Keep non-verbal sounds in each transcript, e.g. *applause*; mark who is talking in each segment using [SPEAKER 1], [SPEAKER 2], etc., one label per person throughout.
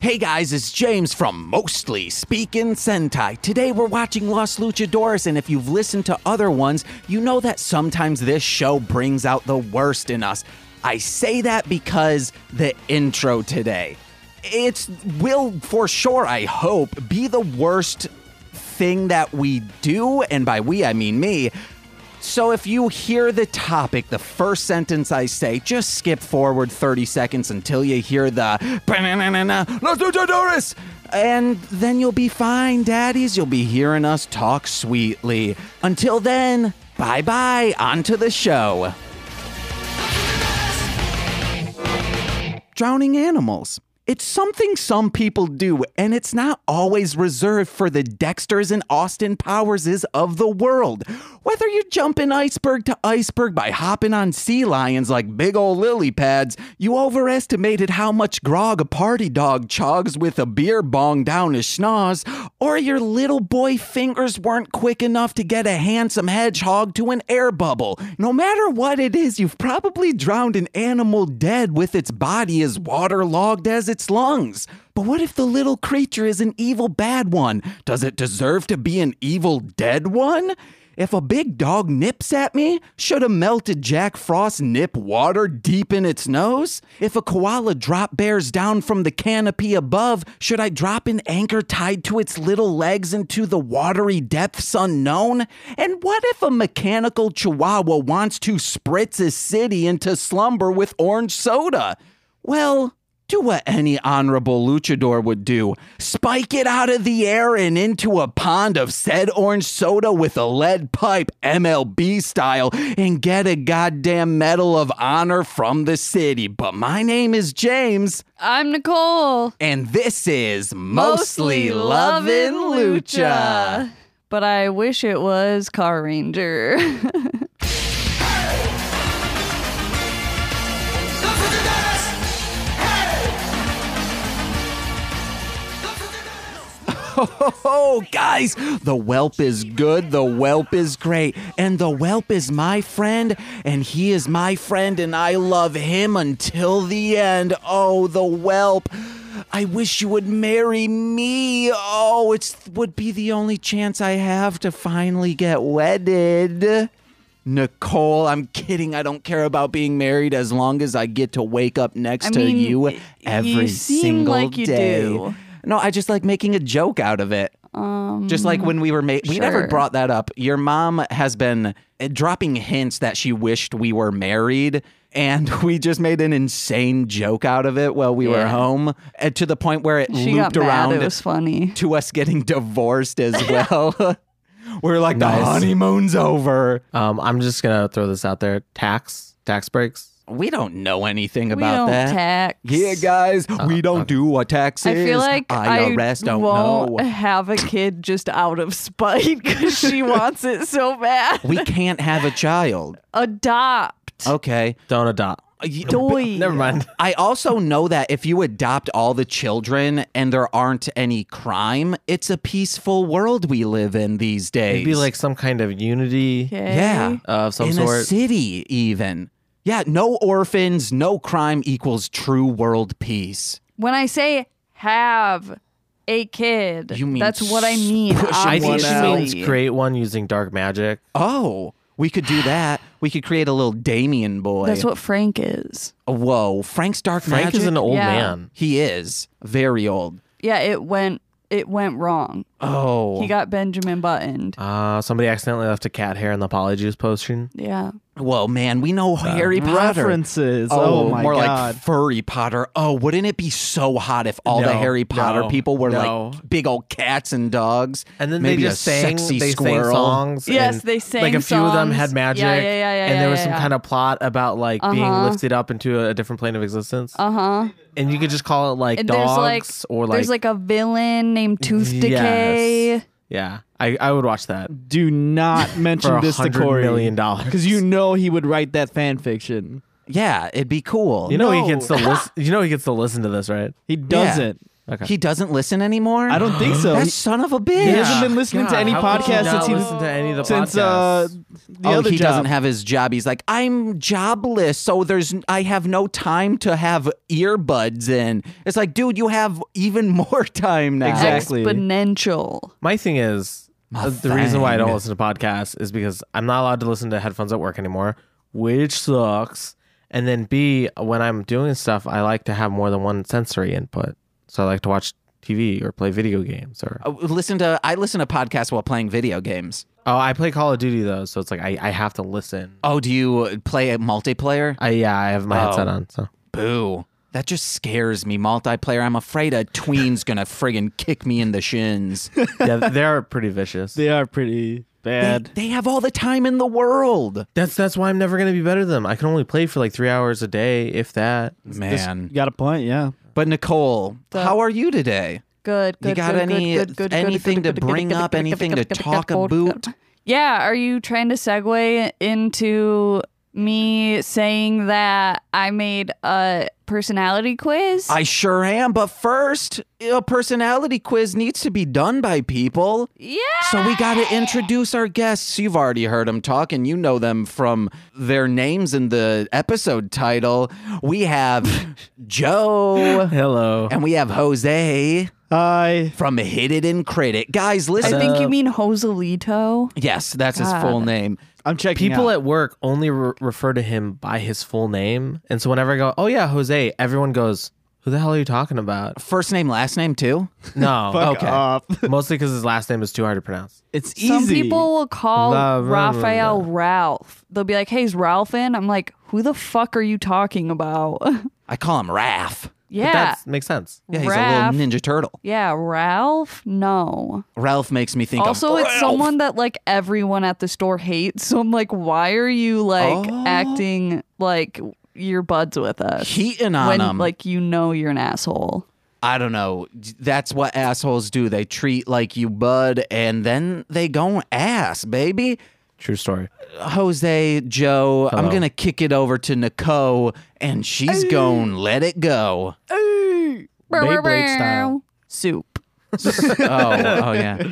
[SPEAKER 1] Hey guys, it's James from Mostly Speaking Sentai. Today we're watching Lost Luchadores, and if you've listened to other ones, you know that sometimes this show brings out the worst in us. I say that because the intro today. It's will for sure, I hope, be the worst thing that we do, and by we I mean me. So if you hear the topic, the first sentence I say, just skip forward 30 seconds until you hear the "Ba-na-na-na-na, Los Luchadores! And then you'll be fine, daddies. You'll be hearing us talk sweetly. Until then, bye bye. On to the show. drowning animals. It's something some people do, and it's not always reserved for the Dexters and Austin Powerses of the world. Whether you're jumping iceberg to iceberg by hopping on sea lions like big ol' lily pads, you overestimated how much grog a party dog chogs with a beer bong down his schnoz, or your little boy fingers weren't quick enough to get a handsome hedgehog to an air bubble. No matter what it is, you've probably drowned an animal dead with its body as waterlogged as its lungs. But what if the little creature is an evil bad one? Does it deserve to be an evil dead one? If a big dog nips at me, should a melted Jack Frost nip water deep in its nose? If a koala drop bears down from the canopy above, should I drop an anchor tied to its little legs into the watery depths unknown? And what if a mechanical chihuahua wants to spritz a city into slumber with orange soda? Well, do what any honorable luchador would do spike it out of the air and into a pond of said orange soda with a lead pipe, MLB style, and get a goddamn medal of honor from the city. But my name is James,
[SPEAKER 2] I'm Nicole.
[SPEAKER 1] and this is Mostly, Lovin' Lucha.
[SPEAKER 2] But I wish it was Car Ranger. *laughs*
[SPEAKER 1] Oh, guys, the whelp is good, the whelp is great, and the whelp is my friend, and he is my friend, and I love him until the end. Oh, the whelp. I wish you would marry me. Oh, it would be the only chance I have to finally get wedded. Nicole, I'm kidding. I don't care about being married as long as I get to wake up next
[SPEAKER 2] I
[SPEAKER 1] to
[SPEAKER 2] mean,
[SPEAKER 1] you
[SPEAKER 2] y-
[SPEAKER 1] every
[SPEAKER 2] you seem
[SPEAKER 1] single
[SPEAKER 2] like you
[SPEAKER 1] day.
[SPEAKER 2] do.
[SPEAKER 1] No, I just like making a joke out of it.
[SPEAKER 2] um,
[SPEAKER 1] Just like when we were made, we never
[SPEAKER 2] Sure.
[SPEAKER 1] brought that up. Your mom has been uh, dropping hints that she wished we were married, and *laughs* we just made an insane joke out of it while we were
[SPEAKER 2] Yeah.
[SPEAKER 1] home, uh, to the point where it
[SPEAKER 2] she
[SPEAKER 1] looped
[SPEAKER 2] got mad.
[SPEAKER 1] around
[SPEAKER 2] It was funny.
[SPEAKER 1] to us getting divorced
[SPEAKER 2] *laughs*
[SPEAKER 1] as well. *laughs* we're like the
[SPEAKER 3] Nice.
[SPEAKER 1] honeymoon's over.
[SPEAKER 3] Um, I'm just gonna throw this out there: tax, tax breaks.
[SPEAKER 1] We don't know anything
[SPEAKER 2] we
[SPEAKER 1] about
[SPEAKER 2] don't
[SPEAKER 1] that. Uh,
[SPEAKER 2] tax.
[SPEAKER 1] yeah, guys, we don't do what taxes.
[SPEAKER 2] I feel like
[SPEAKER 1] IRS
[SPEAKER 2] I
[SPEAKER 1] don't
[SPEAKER 2] won't *laughs*
[SPEAKER 1] know.
[SPEAKER 2] have a kid just out of spite *laughs* because she wants it so bad.
[SPEAKER 1] we can't have a child.
[SPEAKER 2] Adopt.
[SPEAKER 1] Okay.
[SPEAKER 3] Don't adopt.
[SPEAKER 1] Uh, y-
[SPEAKER 2] Doy.
[SPEAKER 3] Never mind.
[SPEAKER 1] I also know that if you adopt all the children and there aren't any crime, it's a peaceful world we live in these days.
[SPEAKER 3] It'd be like some kind of unity
[SPEAKER 2] Okay.
[SPEAKER 1] yeah,
[SPEAKER 3] of some
[SPEAKER 1] in a
[SPEAKER 3] sort.
[SPEAKER 1] city even. Yeah, no orphans, no crime equals true world peace.
[SPEAKER 2] When I say have a kid,
[SPEAKER 1] You mean
[SPEAKER 2] that's what I mean.
[SPEAKER 1] pushing
[SPEAKER 3] I think she
[SPEAKER 1] One
[SPEAKER 3] means
[SPEAKER 2] obviously.
[SPEAKER 3] create one using dark magic.
[SPEAKER 1] Oh, we could do that. We could create a little Damien boy.
[SPEAKER 2] That's what Frank is.
[SPEAKER 1] Whoa, Frank's dark
[SPEAKER 3] Frank
[SPEAKER 1] magic.
[SPEAKER 3] is an old
[SPEAKER 2] Yeah.
[SPEAKER 3] man.
[SPEAKER 1] he is very old.
[SPEAKER 2] Yeah, it went it went wrong.
[SPEAKER 1] Oh,
[SPEAKER 2] He got Benjamin buttoned.
[SPEAKER 3] Uh, somebody accidentally left a cat hair in the polyjuice potion.
[SPEAKER 2] Yeah.
[SPEAKER 1] Whoa, man, we know Uh, Harry Potter.
[SPEAKER 4] references.
[SPEAKER 1] Oh,
[SPEAKER 4] Oh, my
[SPEAKER 1] more
[SPEAKER 4] god.
[SPEAKER 1] like furry Potter. Oh, wouldn't it be so hot if all the
[SPEAKER 3] No,
[SPEAKER 1] Harry Potter
[SPEAKER 3] no,
[SPEAKER 1] people were
[SPEAKER 3] no.
[SPEAKER 1] like big old cats and dogs?
[SPEAKER 3] And then
[SPEAKER 1] Maybe
[SPEAKER 3] they
[SPEAKER 1] a
[SPEAKER 3] just sang,
[SPEAKER 1] sexy
[SPEAKER 3] they sang
[SPEAKER 1] squirrel.
[SPEAKER 3] songs.
[SPEAKER 2] Yes,
[SPEAKER 3] and,
[SPEAKER 2] they sang
[SPEAKER 3] Like a few of them had
[SPEAKER 2] songs.
[SPEAKER 3] magic.
[SPEAKER 2] Yeah, yeah, yeah, yeah,
[SPEAKER 3] and there was
[SPEAKER 2] yeah,
[SPEAKER 3] some
[SPEAKER 2] yeah.
[SPEAKER 3] kind of plot about like being
[SPEAKER 2] Uh-huh.
[SPEAKER 3] lifted up into a, different plane of existence.
[SPEAKER 2] Uh huh.
[SPEAKER 3] and you could just call it like dogs or like
[SPEAKER 2] there's like a villain named Tooth Decay.
[SPEAKER 3] Yes. Yeah, I, I would watch that
[SPEAKER 4] Do not
[SPEAKER 3] for
[SPEAKER 4] mention
[SPEAKER 3] a
[SPEAKER 4] this to
[SPEAKER 3] hundred million
[SPEAKER 4] Corey
[SPEAKER 3] dollars
[SPEAKER 4] because you know he would write that fan fiction.
[SPEAKER 1] Yeah, it'd be cool.
[SPEAKER 3] You know
[SPEAKER 4] No.
[SPEAKER 3] he gets to listen. You know he gets to listen to this, right?
[SPEAKER 4] He doesn't.
[SPEAKER 3] Okay.
[SPEAKER 1] He doesn't listen anymore.
[SPEAKER 4] I don't
[SPEAKER 1] *gasps*
[SPEAKER 4] think so.
[SPEAKER 1] That
[SPEAKER 4] He-
[SPEAKER 1] son of a bitch.
[SPEAKER 4] He hasn't been listening to any
[SPEAKER 3] how could you
[SPEAKER 4] podcast
[SPEAKER 3] not
[SPEAKER 4] since he
[SPEAKER 3] listen to any of the
[SPEAKER 4] since uh,
[SPEAKER 3] podcasts?
[SPEAKER 4] the
[SPEAKER 1] oh,
[SPEAKER 4] other
[SPEAKER 1] he
[SPEAKER 4] job.
[SPEAKER 1] doesn't have his job. He's like, I'm jobless, so there's I have no time to have earbuds in. It's like, dude, you have even *laughs* more time now.
[SPEAKER 4] Exactly.
[SPEAKER 2] Exponential.
[SPEAKER 3] My thing is
[SPEAKER 1] My
[SPEAKER 3] uh, the reason why I don't
[SPEAKER 1] thing.
[SPEAKER 3] listen to podcasts is because I'm not allowed to listen to headphones at work anymore, which sucks. And then B, when I'm doing stuff, I like to have more than one sensory input. So I like to watch TV or play video games or
[SPEAKER 1] Uh, Listen to I listen to podcasts while playing video games.
[SPEAKER 3] Oh, I play Call of Duty though, so it's like I, I have to listen.
[SPEAKER 1] Oh, do you uh, play a multiplayer?
[SPEAKER 3] I yeah, I have my
[SPEAKER 1] Oh.
[SPEAKER 3] headset on, so
[SPEAKER 1] Boo. That just scares me, multiplayer. I'm afraid a tween's
[SPEAKER 4] *laughs*
[SPEAKER 1] gonna friggin' kick me in the shins. They-
[SPEAKER 3] yeah, they're pretty vicious.
[SPEAKER 4] They are pretty bad.
[SPEAKER 1] they have all the time in the world.
[SPEAKER 3] *laughs* That's that's why I'm never gonna be better than them. I can only play for like three hours a day, if that.
[SPEAKER 1] Man.
[SPEAKER 4] You got a point, yeah.
[SPEAKER 1] But Nicole,
[SPEAKER 2] The-
[SPEAKER 1] how are you today?
[SPEAKER 2] Good.
[SPEAKER 1] You
[SPEAKER 2] good,
[SPEAKER 1] got
[SPEAKER 2] good,
[SPEAKER 1] any-
[SPEAKER 2] good, good, good, good,
[SPEAKER 1] anything
[SPEAKER 2] good, good,
[SPEAKER 1] to
[SPEAKER 2] good,
[SPEAKER 1] bring
[SPEAKER 2] good,
[SPEAKER 1] up?
[SPEAKER 2] good,
[SPEAKER 1] Anything
[SPEAKER 2] good,
[SPEAKER 1] to
[SPEAKER 2] good, good,
[SPEAKER 1] talk
[SPEAKER 2] good, good, good.
[SPEAKER 1] about?
[SPEAKER 5] Yeah, are you trying to segue into me saying that I made a personality quiz?
[SPEAKER 1] I sure am, but first, a personality quiz needs to be done by people.
[SPEAKER 5] yeah.
[SPEAKER 1] So we got to introduce our guests. You've already heard them talk and you know them from their names in the episode title. We have
[SPEAKER 5] *laughs*
[SPEAKER 1] Joe
[SPEAKER 3] Hello.
[SPEAKER 1] and we have Jose
[SPEAKER 4] Hi.
[SPEAKER 1] from Hit It and Crit It. Guys,
[SPEAKER 5] I
[SPEAKER 1] listen.
[SPEAKER 5] think you mean Joselito.
[SPEAKER 1] yes, that's his
[SPEAKER 5] God.
[SPEAKER 1] full name.
[SPEAKER 4] I'm checking
[SPEAKER 3] People
[SPEAKER 4] out.
[SPEAKER 3] at work only re- refer to him by his full name, and so whenever I go, "Oh yeah, Jose," everyone goes, "Who the hell are you
[SPEAKER 1] *laughs*
[SPEAKER 3] talking about?"
[SPEAKER 1] First name, last name too?
[SPEAKER 3] No,
[SPEAKER 4] Fuck
[SPEAKER 1] okay.
[SPEAKER 4] off.
[SPEAKER 3] mostly because his last name is too hard to pronounce.
[SPEAKER 4] It's easy.
[SPEAKER 5] Some people will call
[SPEAKER 3] La- la- la-
[SPEAKER 5] Raphael Ralph. They'll be like, "Hey, is Ralph in?" I'm like, "Who the fuck are you talking about?" *laughs*
[SPEAKER 1] I call him Raph.
[SPEAKER 5] yeah,
[SPEAKER 3] that makes sense.
[SPEAKER 1] Yeah, he's
[SPEAKER 5] Raph.
[SPEAKER 1] a little ninja turtle.
[SPEAKER 5] yeah, Ralph. No.
[SPEAKER 1] Ralph makes me think
[SPEAKER 5] Also,
[SPEAKER 1] of
[SPEAKER 5] it's
[SPEAKER 1] Ralph.
[SPEAKER 5] someone that like everyone at the store hates. So I'm like, why are you like
[SPEAKER 1] Oh.
[SPEAKER 5] acting like you're buds with us
[SPEAKER 1] Heating on
[SPEAKER 5] when
[SPEAKER 1] him.
[SPEAKER 5] like you know you're an asshole?
[SPEAKER 1] I don't know. That's what assholes do. They treat like you bud and then they go ass, baby.
[SPEAKER 3] True story.
[SPEAKER 1] Jose, Joe, I'm going to kick it over to Nico and she's going let it go.
[SPEAKER 3] Beyblade style.
[SPEAKER 5] Soup.
[SPEAKER 1] oh, oh yeah.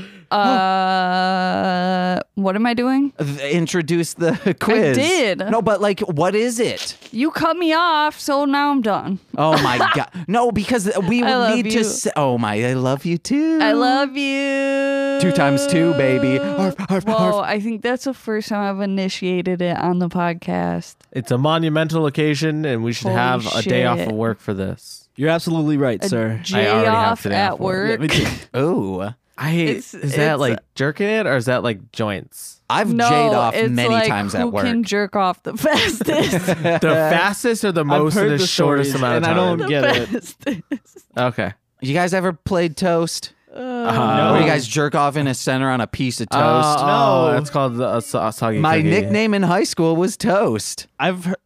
[SPEAKER 5] Uh, what am I doing?
[SPEAKER 1] Th- Introduce the quiz.
[SPEAKER 5] did.
[SPEAKER 1] No, but like what is it?
[SPEAKER 5] You cut me off, so now I'm done.
[SPEAKER 1] Oh
[SPEAKER 5] *laughs*
[SPEAKER 1] my god. No, because we
[SPEAKER 5] I
[SPEAKER 1] would
[SPEAKER 5] love
[SPEAKER 1] need to
[SPEAKER 5] you.
[SPEAKER 1] s Oh my, I love you too.
[SPEAKER 5] I love you.
[SPEAKER 1] Two times two, baby. Arf, arf,
[SPEAKER 5] Whoa, I think that's the first time I've initiated it on the podcast.
[SPEAKER 3] It's a monumental occasion, and we should
[SPEAKER 5] Holy
[SPEAKER 3] have a day off
[SPEAKER 5] shit.
[SPEAKER 3] of work for this.
[SPEAKER 4] You're absolutely right, sir.
[SPEAKER 5] J
[SPEAKER 3] already have
[SPEAKER 5] off
[SPEAKER 3] today
[SPEAKER 5] at
[SPEAKER 3] off work.
[SPEAKER 5] work.
[SPEAKER 4] Yeah, me too.
[SPEAKER 1] Oh.
[SPEAKER 3] I
[SPEAKER 5] It's-
[SPEAKER 3] is that
[SPEAKER 5] it's-
[SPEAKER 3] like jerking it or is that like joints?
[SPEAKER 1] I've
[SPEAKER 5] *laughs* no,
[SPEAKER 1] jade off
[SPEAKER 5] it's
[SPEAKER 1] many
[SPEAKER 5] like
[SPEAKER 1] times
[SPEAKER 5] who
[SPEAKER 1] at work.
[SPEAKER 5] can jerk off the *laughs* fastest?
[SPEAKER 1] *laughs*
[SPEAKER 3] The fastest or the most
[SPEAKER 4] heard
[SPEAKER 3] and the,
[SPEAKER 4] the
[SPEAKER 3] shortest
[SPEAKER 4] stories,
[SPEAKER 3] amount of
[SPEAKER 4] and I
[SPEAKER 3] time.
[SPEAKER 4] don't get it.
[SPEAKER 5] fastest.
[SPEAKER 3] Okay.
[SPEAKER 1] You guys ever played toast?
[SPEAKER 3] Uh,
[SPEAKER 1] Where you
[SPEAKER 4] No.
[SPEAKER 1] guys jerk off in a center on a piece of toast?
[SPEAKER 3] Oh,
[SPEAKER 4] No.
[SPEAKER 3] It's called the uh, so- soggy
[SPEAKER 1] My
[SPEAKER 3] cookie.
[SPEAKER 1] nickname in high school was Toast.
[SPEAKER 4] I've heard.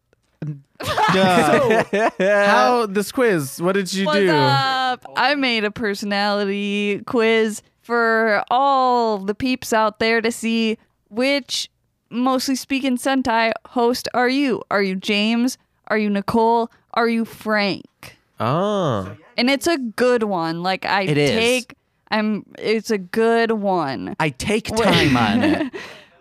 [SPEAKER 4] Duh.
[SPEAKER 3] How this quiz? What did you
[SPEAKER 5] What's
[SPEAKER 3] do?
[SPEAKER 5] up? I made a personality quiz for all the peeps out there to see which, mostly speaking, Sentai host are you? Are you James? Are you Nicole? Are you Frank?
[SPEAKER 3] Oh,
[SPEAKER 5] And it's a good one. Like I
[SPEAKER 1] It is.
[SPEAKER 5] take, I'm. It's a good one.
[SPEAKER 1] I take time on it.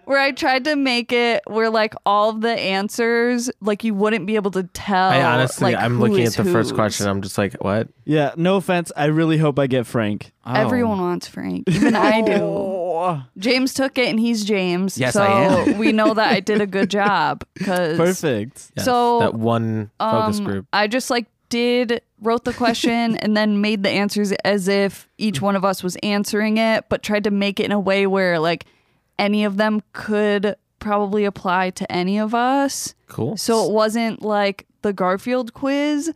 [SPEAKER 5] where I tried to make it where like all of the answers, like you wouldn't be able to tell.
[SPEAKER 3] I honestly,
[SPEAKER 5] Oh, like,
[SPEAKER 3] I'm
[SPEAKER 5] who
[SPEAKER 3] looking at
[SPEAKER 5] is
[SPEAKER 3] the first
[SPEAKER 5] whose.
[SPEAKER 3] question. I'm just like, what?
[SPEAKER 4] yeah, no offense. I really hope I get Frank.
[SPEAKER 1] Oh.
[SPEAKER 5] *laughs* Everyone wants Frank, even
[SPEAKER 3] *laughs*
[SPEAKER 5] I do. James took it, and he's James.
[SPEAKER 1] Yes,
[SPEAKER 5] so
[SPEAKER 1] I am.
[SPEAKER 5] we know that I did a good job.
[SPEAKER 3] *laughs*
[SPEAKER 5] Cause
[SPEAKER 4] Perfect.
[SPEAKER 3] Yes,
[SPEAKER 5] So,
[SPEAKER 3] that one focus
[SPEAKER 5] um,
[SPEAKER 3] group.
[SPEAKER 5] I just like did wrote the
[SPEAKER 3] *laughs*
[SPEAKER 5] question and then made the answers as if each one of us was answering it, but tried to make it in a way where like any of them could probably apply to any of us.
[SPEAKER 3] Cool.
[SPEAKER 5] So it wasn't like the Garfield
[SPEAKER 3] *laughs*
[SPEAKER 5] quiz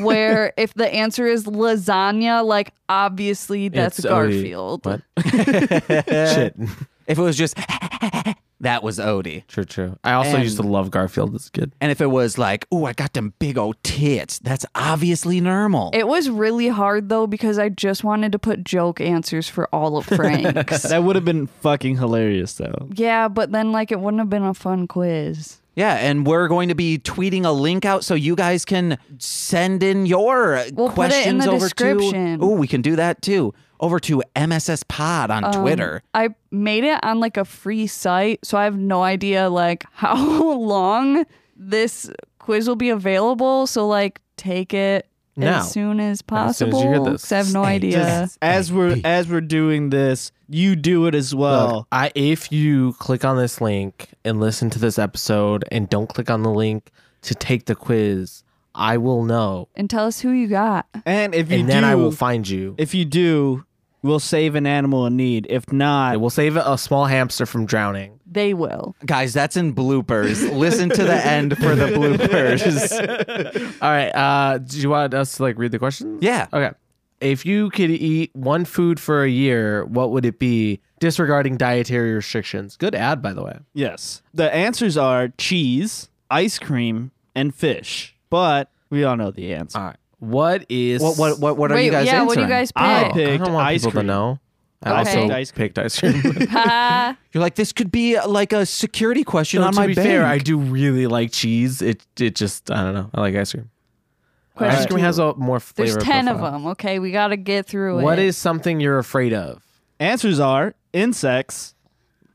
[SPEAKER 5] where if the answer is lasagna, like obviously that's
[SPEAKER 3] It's already-
[SPEAKER 5] Garfield. *laughs*
[SPEAKER 3] What? Shit. *laughs*
[SPEAKER 1] If it was just *laughs* that was Odie.
[SPEAKER 3] True. True. I also
[SPEAKER 1] And-
[SPEAKER 3] used to love Garfield as a kid.
[SPEAKER 1] And if it was like, oh, I got them big old tits, that's obviously normal.
[SPEAKER 5] It was really hard though because I just wanted to put joke answers for all
[SPEAKER 3] *laughs*
[SPEAKER 5] of Frank's.
[SPEAKER 4] That would have been fucking hilarious, though.
[SPEAKER 5] yeah, but then like it wouldn't have been a fun quiz.
[SPEAKER 1] Yeah, and we're going to be tweeting a link out so you guys can send in your uh,
[SPEAKER 5] We'll put it in
[SPEAKER 1] questions
[SPEAKER 5] the
[SPEAKER 1] over
[SPEAKER 5] description.
[SPEAKER 1] to. Oh, we can do that too. Over to MSS Pod on
[SPEAKER 5] Um,
[SPEAKER 1] Twitter.
[SPEAKER 5] I made it on like a free site, so I have no idea like *laughs* how long this quiz will be available. So like take it
[SPEAKER 3] Now.
[SPEAKER 5] as soon as
[SPEAKER 3] As soon as
[SPEAKER 5] possible.
[SPEAKER 3] you hear this.
[SPEAKER 5] 'cause I have no
[SPEAKER 1] Hey,
[SPEAKER 5] idea.
[SPEAKER 1] just-
[SPEAKER 4] As
[SPEAKER 1] hey,
[SPEAKER 4] we're
[SPEAKER 1] Pete.
[SPEAKER 4] as we're doing this, you do it as well.
[SPEAKER 5] Oh.
[SPEAKER 3] Look, I if you click on this link and listen to this episode and don't click on the link to take the quiz, I will know,
[SPEAKER 5] and tell us who you got.
[SPEAKER 4] and if you
[SPEAKER 3] and then
[SPEAKER 4] do,
[SPEAKER 3] I will find you.
[SPEAKER 4] if you do, we'll save an animal in need. If not,
[SPEAKER 3] It will save a small hamster from drowning.
[SPEAKER 5] They will.
[SPEAKER 1] guys, that's in bloopers. Listen to the end for the
[SPEAKER 3] *laughs*
[SPEAKER 1] bloopers.
[SPEAKER 3] All right. Uh, do you want us to like read the questions?
[SPEAKER 1] Yeah.
[SPEAKER 3] Okay. If you could eat one food for a year, what would it be? Disregarding dietary restrictions. Good ad, by the way.
[SPEAKER 4] Yes. The answers are cheese, ice cream, and fish. But we all know the answer.
[SPEAKER 3] All right. What is
[SPEAKER 1] What what what, what are
[SPEAKER 5] Wait,
[SPEAKER 1] you guys
[SPEAKER 5] yeah,
[SPEAKER 1] answering?
[SPEAKER 5] what do you guys pick?
[SPEAKER 4] I
[SPEAKER 3] Oh, I
[SPEAKER 4] picked
[SPEAKER 3] don't want
[SPEAKER 4] ice
[SPEAKER 3] people
[SPEAKER 4] cream.
[SPEAKER 3] to know. I
[SPEAKER 5] Okay.
[SPEAKER 3] also
[SPEAKER 4] Ice cream.
[SPEAKER 3] picked ice *laughs* cream.
[SPEAKER 5] Ha.
[SPEAKER 1] You're like this could be uh, like a security question
[SPEAKER 3] Though,
[SPEAKER 1] on
[SPEAKER 3] to
[SPEAKER 1] my
[SPEAKER 3] be fair, I
[SPEAKER 1] bank.
[SPEAKER 3] do really like cheese. It it just I don't know. I like ice cream. *laughs*
[SPEAKER 5] *laughs*
[SPEAKER 3] Ice
[SPEAKER 5] Question
[SPEAKER 3] cream
[SPEAKER 5] two.
[SPEAKER 3] has a more flavor.
[SPEAKER 5] There's ten of
[SPEAKER 3] profile.
[SPEAKER 5] them. Okay, we got to get through
[SPEAKER 3] What
[SPEAKER 5] it.
[SPEAKER 3] is something you're afraid of?
[SPEAKER 4] Answers are insects,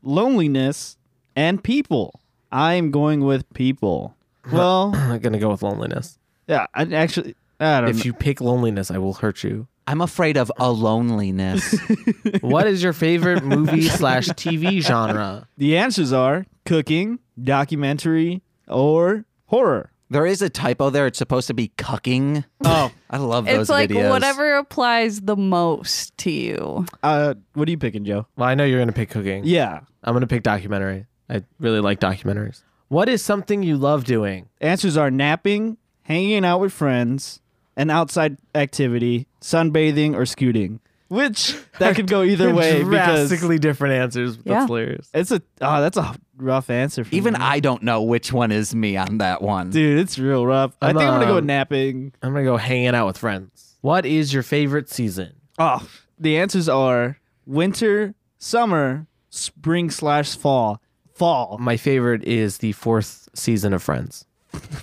[SPEAKER 4] loneliness, and people. I'm going with people. Well,
[SPEAKER 3] I'm gonna go with loneliness.
[SPEAKER 4] yeah, I actually I don't
[SPEAKER 3] If you pick loneliness, I will hurt you.
[SPEAKER 1] I'm afraid of a loneliness.
[SPEAKER 3] *laughs* What is your favorite movie slash TV genre?
[SPEAKER 4] The answers are cooking, documentary, or horror.
[SPEAKER 1] there is a typo there. It's supposed to be cucking.
[SPEAKER 4] Oh,
[SPEAKER 1] I love those
[SPEAKER 5] It's like
[SPEAKER 1] videos.
[SPEAKER 5] whatever applies the most to you.
[SPEAKER 4] uh, what are you picking, Joe?
[SPEAKER 3] Well, I know you're gonna pick cooking.
[SPEAKER 4] Yeah.
[SPEAKER 3] I'm gonna pick documentary. I really like documentaries. What is something you love doing?
[SPEAKER 4] Answers are napping, hanging out with friends, an outside activity, sunbathing, or scooting. Which that
[SPEAKER 3] *laughs*
[SPEAKER 4] could go either way because
[SPEAKER 3] drastically different answers. That's
[SPEAKER 5] Yeah.
[SPEAKER 3] hilarious.
[SPEAKER 4] it's a oh, that's a rough answer. For
[SPEAKER 1] Even
[SPEAKER 4] me.
[SPEAKER 1] I don't know which one is me on that one.
[SPEAKER 4] dude, it's real rough. i
[SPEAKER 3] I'm,
[SPEAKER 4] think I'm gonna go with
[SPEAKER 3] um,
[SPEAKER 4] napping.
[SPEAKER 3] I'm gonna go hanging out with friends. What is your favorite season?
[SPEAKER 4] Oh, the answers are winter, summer, spring slash fall, fall.
[SPEAKER 3] My favorite is the fourth season of Friends.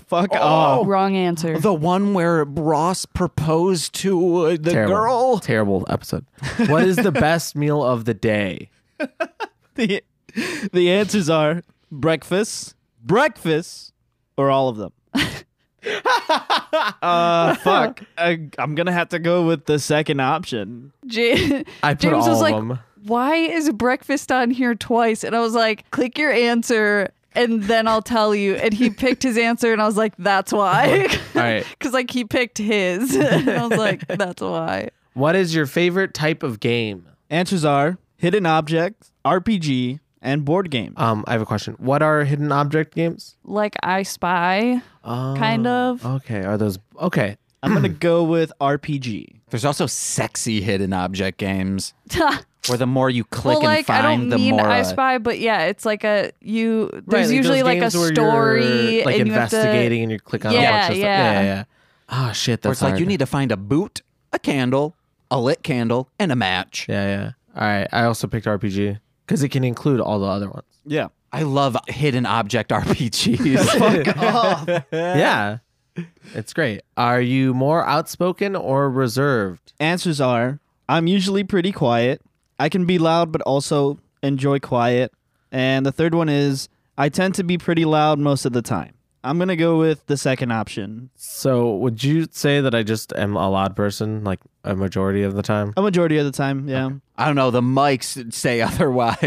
[SPEAKER 4] Fuck
[SPEAKER 5] Oh.
[SPEAKER 3] Oh.
[SPEAKER 4] off.
[SPEAKER 5] Wrong answer.
[SPEAKER 1] The one where Ross proposed to uh, the
[SPEAKER 3] Terrible.
[SPEAKER 1] girl.
[SPEAKER 3] Terrible episode. What is the best meal of the day?
[SPEAKER 4] *laughs* The, the answers are breakfast, breakfast, or all of them. uh, fuck. I, I'm gonna have to go with the second option.
[SPEAKER 5] J- *laughs*
[SPEAKER 3] I put
[SPEAKER 5] James
[SPEAKER 3] all
[SPEAKER 5] was
[SPEAKER 3] of
[SPEAKER 5] like,
[SPEAKER 3] them.
[SPEAKER 5] "Why is breakfast on here twice?" And I was like, "Click your answer, and then I'll tell you." And he picked his answer, and I was like, "That's why." *laughs*
[SPEAKER 3] All right.
[SPEAKER 5] Because like he picked his, *laughs* and I was like, "That's why."
[SPEAKER 3] What is your favorite type of game?
[SPEAKER 4] Answers are hidden objects, RPG, and board game.
[SPEAKER 3] Um, I have a question. What are hidden object games?
[SPEAKER 5] Like I spy,
[SPEAKER 3] Oh,
[SPEAKER 5] Kind of.
[SPEAKER 3] Okay. Are those okay?
[SPEAKER 4] I'm gonna go with RPG.
[SPEAKER 1] There's also sexy hidden object games
[SPEAKER 3] Oh.
[SPEAKER 1] where the more you click
[SPEAKER 5] *laughs* well, like
[SPEAKER 1] and find,
[SPEAKER 5] I don't
[SPEAKER 1] the
[SPEAKER 5] mean
[SPEAKER 1] more.
[SPEAKER 5] I
[SPEAKER 1] uh,
[SPEAKER 5] spy, but yeah, it's like a you.
[SPEAKER 3] Right,
[SPEAKER 5] There's
[SPEAKER 3] those
[SPEAKER 5] usually like a
[SPEAKER 3] games where you're,
[SPEAKER 5] story,
[SPEAKER 3] like
[SPEAKER 5] and you have to-
[SPEAKER 3] investigating, and you click on a
[SPEAKER 5] Yeah,
[SPEAKER 3] bunch of stuff.
[SPEAKER 5] yeah.
[SPEAKER 3] yeah, yeah. Oh shit,
[SPEAKER 1] where
[SPEAKER 3] that's
[SPEAKER 1] it's like you
[SPEAKER 3] hard.
[SPEAKER 1] need to find a boot, a candle, a lit candle, and a match.
[SPEAKER 3] Yeah, yeah. All right. I also picked RPG because it can include all the other ones.
[SPEAKER 4] Yeah.
[SPEAKER 1] I love hidden object *laughs* RPGs.
[SPEAKER 3] yeah. It's great. Are you more outspoken or reserved?
[SPEAKER 4] Answers are I'm usually pretty quiet. I can be loud, but also enjoy quiet. And the third one is I tend to be pretty loud most of the time. I'm gonna go with the second option.
[SPEAKER 3] So, would you say that I just am a loud person, like a majority of the time?
[SPEAKER 4] A majority of the time, yeah.
[SPEAKER 1] *laughs* I don't know. The mics say otherwise.
[SPEAKER 5] *laughs*
[SPEAKER 3] *laughs*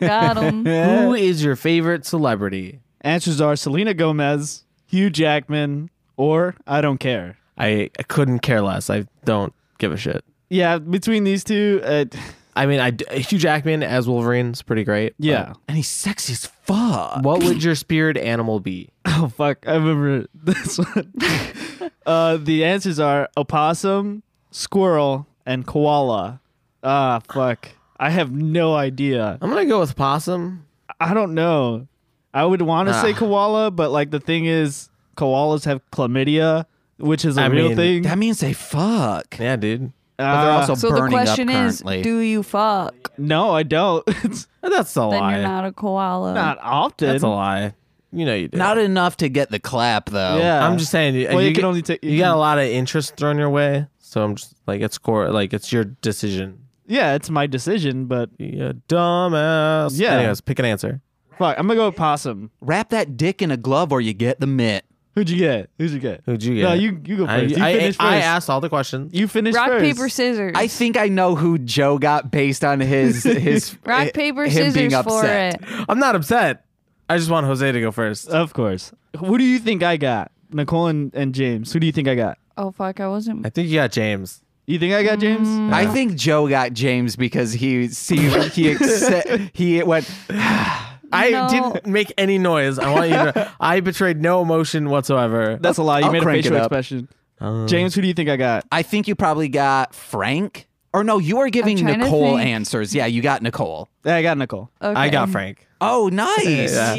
[SPEAKER 5] Got 'em.
[SPEAKER 3] Who is your favorite celebrity?
[SPEAKER 4] Answers are Selena Gomez, Hugh Jackman, or I don't care.
[SPEAKER 3] I, I couldn't care less. I don't give a shit.
[SPEAKER 4] Yeah, between these two, uh, *laughs*
[SPEAKER 3] I mean, I d- Hugh Jackman as Wolverine's pretty great. but
[SPEAKER 4] yeah.
[SPEAKER 1] and he's sexy as fuck.
[SPEAKER 3] What would your spirit animal be?
[SPEAKER 4] Oh fuck, I remember *laughs* this one. uh, the answers are opossum, squirrel, and koala. Ah, fuck. I have no idea.
[SPEAKER 3] I'm gonna go with possum.
[SPEAKER 4] I don't know. I would want to say
[SPEAKER 3] Ah.
[SPEAKER 4] koala, but like the thing is, koalas have chlamydia, which is a
[SPEAKER 3] I
[SPEAKER 4] real
[SPEAKER 3] mean,
[SPEAKER 4] thing.
[SPEAKER 1] That means they fuck.
[SPEAKER 3] Yeah, dude.
[SPEAKER 1] But they're
[SPEAKER 4] Uh,
[SPEAKER 1] also
[SPEAKER 5] So the
[SPEAKER 1] burning
[SPEAKER 5] question
[SPEAKER 1] up
[SPEAKER 5] is,
[SPEAKER 1] currently.
[SPEAKER 5] do you fuck?
[SPEAKER 4] no, I don't. *laughs* it's
[SPEAKER 3] That's a
[SPEAKER 5] Then
[SPEAKER 3] lie.
[SPEAKER 5] you're not a koala.
[SPEAKER 4] not often.
[SPEAKER 3] That's a lie. you know you do.
[SPEAKER 1] Not enough to get the clap though.
[SPEAKER 4] Yeah.
[SPEAKER 3] I'm just saying.
[SPEAKER 4] Well, you, can
[SPEAKER 3] get-
[SPEAKER 4] only take.
[SPEAKER 3] you got a lot of interest thrown your way, so I'm just like it's core. Like it's your decision.
[SPEAKER 4] Yeah, it's my decision, but
[SPEAKER 3] You dumbass.
[SPEAKER 4] Yeah.
[SPEAKER 3] Anyways, pick an answer.
[SPEAKER 4] fuck, I'm gonna go with possum.
[SPEAKER 1] Wrap that dick in a glove or you get the mitt.
[SPEAKER 4] Who'd you get? Who'd you get?
[SPEAKER 3] Who'd you get?
[SPEAKER 4] No, you you go
[SPEAKER 3] I,
[SPEAKER 4] first. you
[SPEAKER 3] I,
[SPEAKER 4] finish
[SPEAKER 3] I
[SPEAKER 4] first.
[SPEAKER 3] asked all the questions.
[SPEAKER 4] You finish
[SPEAKER 5] Rock,
[SPEAKER 4] first.
[SPEAKER 5] paper, scissors.
[SPEAKER 1] I think I know who Joe got based on
[SPEAKER 3] *laughs*
[SPEAKER 1] his his
[SPEAKER 5] Rock,
[SPEAKER 1] hi-
[SPEAKER 5] paper,
[SPEAKER 1] him
[SPEAKER 5] scissors
[SPEAKER 1] being
[SPEAKER 5] for
[SPEAKER 1] upset.
[SPEAKER 5] it.
[SPEAKER 3] I'm not upset. I just want Jose to go first.
[SPEAKER 4] Of course. Who do you think I got? Nicole and, and James. Who do you think I got?
[SPEAKER 5] Oh, fuck. I wasn't.
[SPEAKER 3] I think you got James.
[SPEAKER 4] You think I got James?
[SPEAKER 5] Mm.
[SPEAKER 1] I think Joe got James because he seemed he accept, he went
[SPEAKER 3] I
[SPEAKER 5] No.
[SPEAKER 3] didn't make any noise. I want
[SPEAKER 5] *laughs*
[SPEAKER 3] you to. I betrayed no emotion whatsoever.
[SPEAKER 4] That's a lie. You
[SPEAKER 1] I'll
[SPEAKER 4] made a
[SPEAKER 1] crank it
[SPEAKER 4] facial
[SPEAKER 1] up.
[SPEAKER 4] expression. James, who do you think I got?
[SPEAKER 1] I think you probably got Frank. Or no, you are giving
[SPEAKER 5] trying to
[SPEAKER 1] Nicole
[SPEAKER 5] think.
[SPEAKER 1] answers. Yeah, you got Nicole.
[SPEAKER 4] Yeah, I got Nicole.
[SPEAKER 5] Okay.
[SPEAKER 3] I got Frank.
[SPEAKER 5] *laughs*
[SPEAKER 1] Oh, nice.
[SPEAKER 3] Yeah.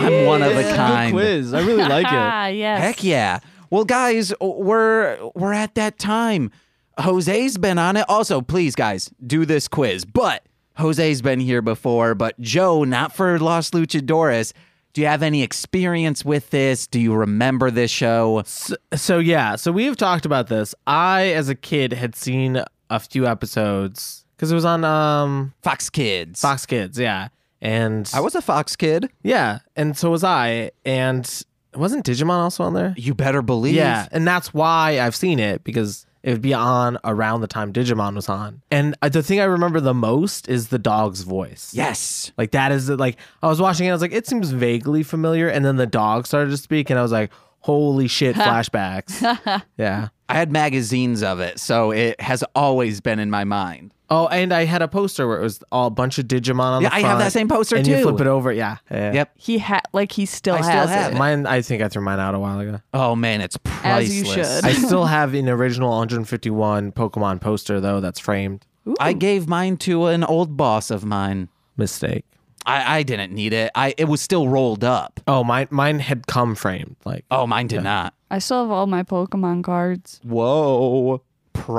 [SPEAKER 1] I'm one of
[SPEAKER 4] This
[SPEAKER 1] a
[SPEAKER 4] is a
[SPEAKER 1] kind.
[SPEAKER 4] Good quiz. I
[SPEAKER 5] *laughs*
[SPEAKER 4] really like it.
[SPEAKER 5] Ah, yes.
[SPEAKER 1] Heck yeah. Well, guys, we're we're at that time. Jose's been on it. Also, please, guys, do this quiz. But Jose's been here before, but Joe, not for Los Luchadores. Do you have any experience with this? Do you remember this show?
[SPEAKER 3] So, so yeah, so we have talked about this. I, as a kid, had seen a few episodes because it was on um
[SPEAKER 1] Fox Kids.
[SPEAKER 3] Fox Kids. Yeah, and
[SPEAKER 1] I was a Fox kid.
[SPEAKER 3] yeah, and so was I. And wasn't Digimon also on there?
[SPEAKER 1] You better believe.
[SPEAKER 3] Yeah, and that's why I've seen it because it would be on around the time Digimon was on. And uh, the thing I remember the most is the dog's voice.
[SPEAKER 1] Yes.
[SPEAKER 3] Like that is the, like I was watching it. I was like, it seems vaguely familiar. And then the dog started to speak, and I was like, holy
[SPEAKER 1] *laughs*
[SPEAKER 3] shit, flashbacks. yeah.
[SPEAKER 1] I had magazines of it, so it has always been in my mind.
[SPEAKER 3] Oh, and I had a poster where it was all a bunch of Digimon on
[SPEAKER 1] Yeah,
[SPEAKER 3] the
[SPEAKER 1] I
[SPEAKER 3] front.
[SPEAKER 1] have that same poster
[SPEAKER 3] and
[SPEAKER 1] too.
[SPEAKER 3] you flip it over, yeah. yeah.
[SPEAKER 1] Yep.
[SPEAKER 2] He had like he still
[SPEAKER 1] I
[SPEAKER 2] has
[SPEAKER 1] still have
[SPEAKER 2] it.
[SPEAKER 1] it.
[SPEAKER 3] Mine, I think I threw mine out a while ago.
[SPEAKER 1] Oh man, it's priceless.
[SPEAKER 2] As you should.
[SPEAKER 1] *laughs*
[SPEAKER 3] I still have an original 151 Pokemon poster though that's framed.
[SPEAKER 1] I gave mine to an old boss of mine.
[SPEAKER 3] Mistake.
[SPEAKER 1] I, I didn't need it. I it was still rolled up.
[SPEAKER 3] Oh, mine mine had come framed. Like
[SPEAKER 1] Oh, mine did not.
[SPEAKER 5] I still have all my Pokemon cards.
[SPEAKER 1] Whoa.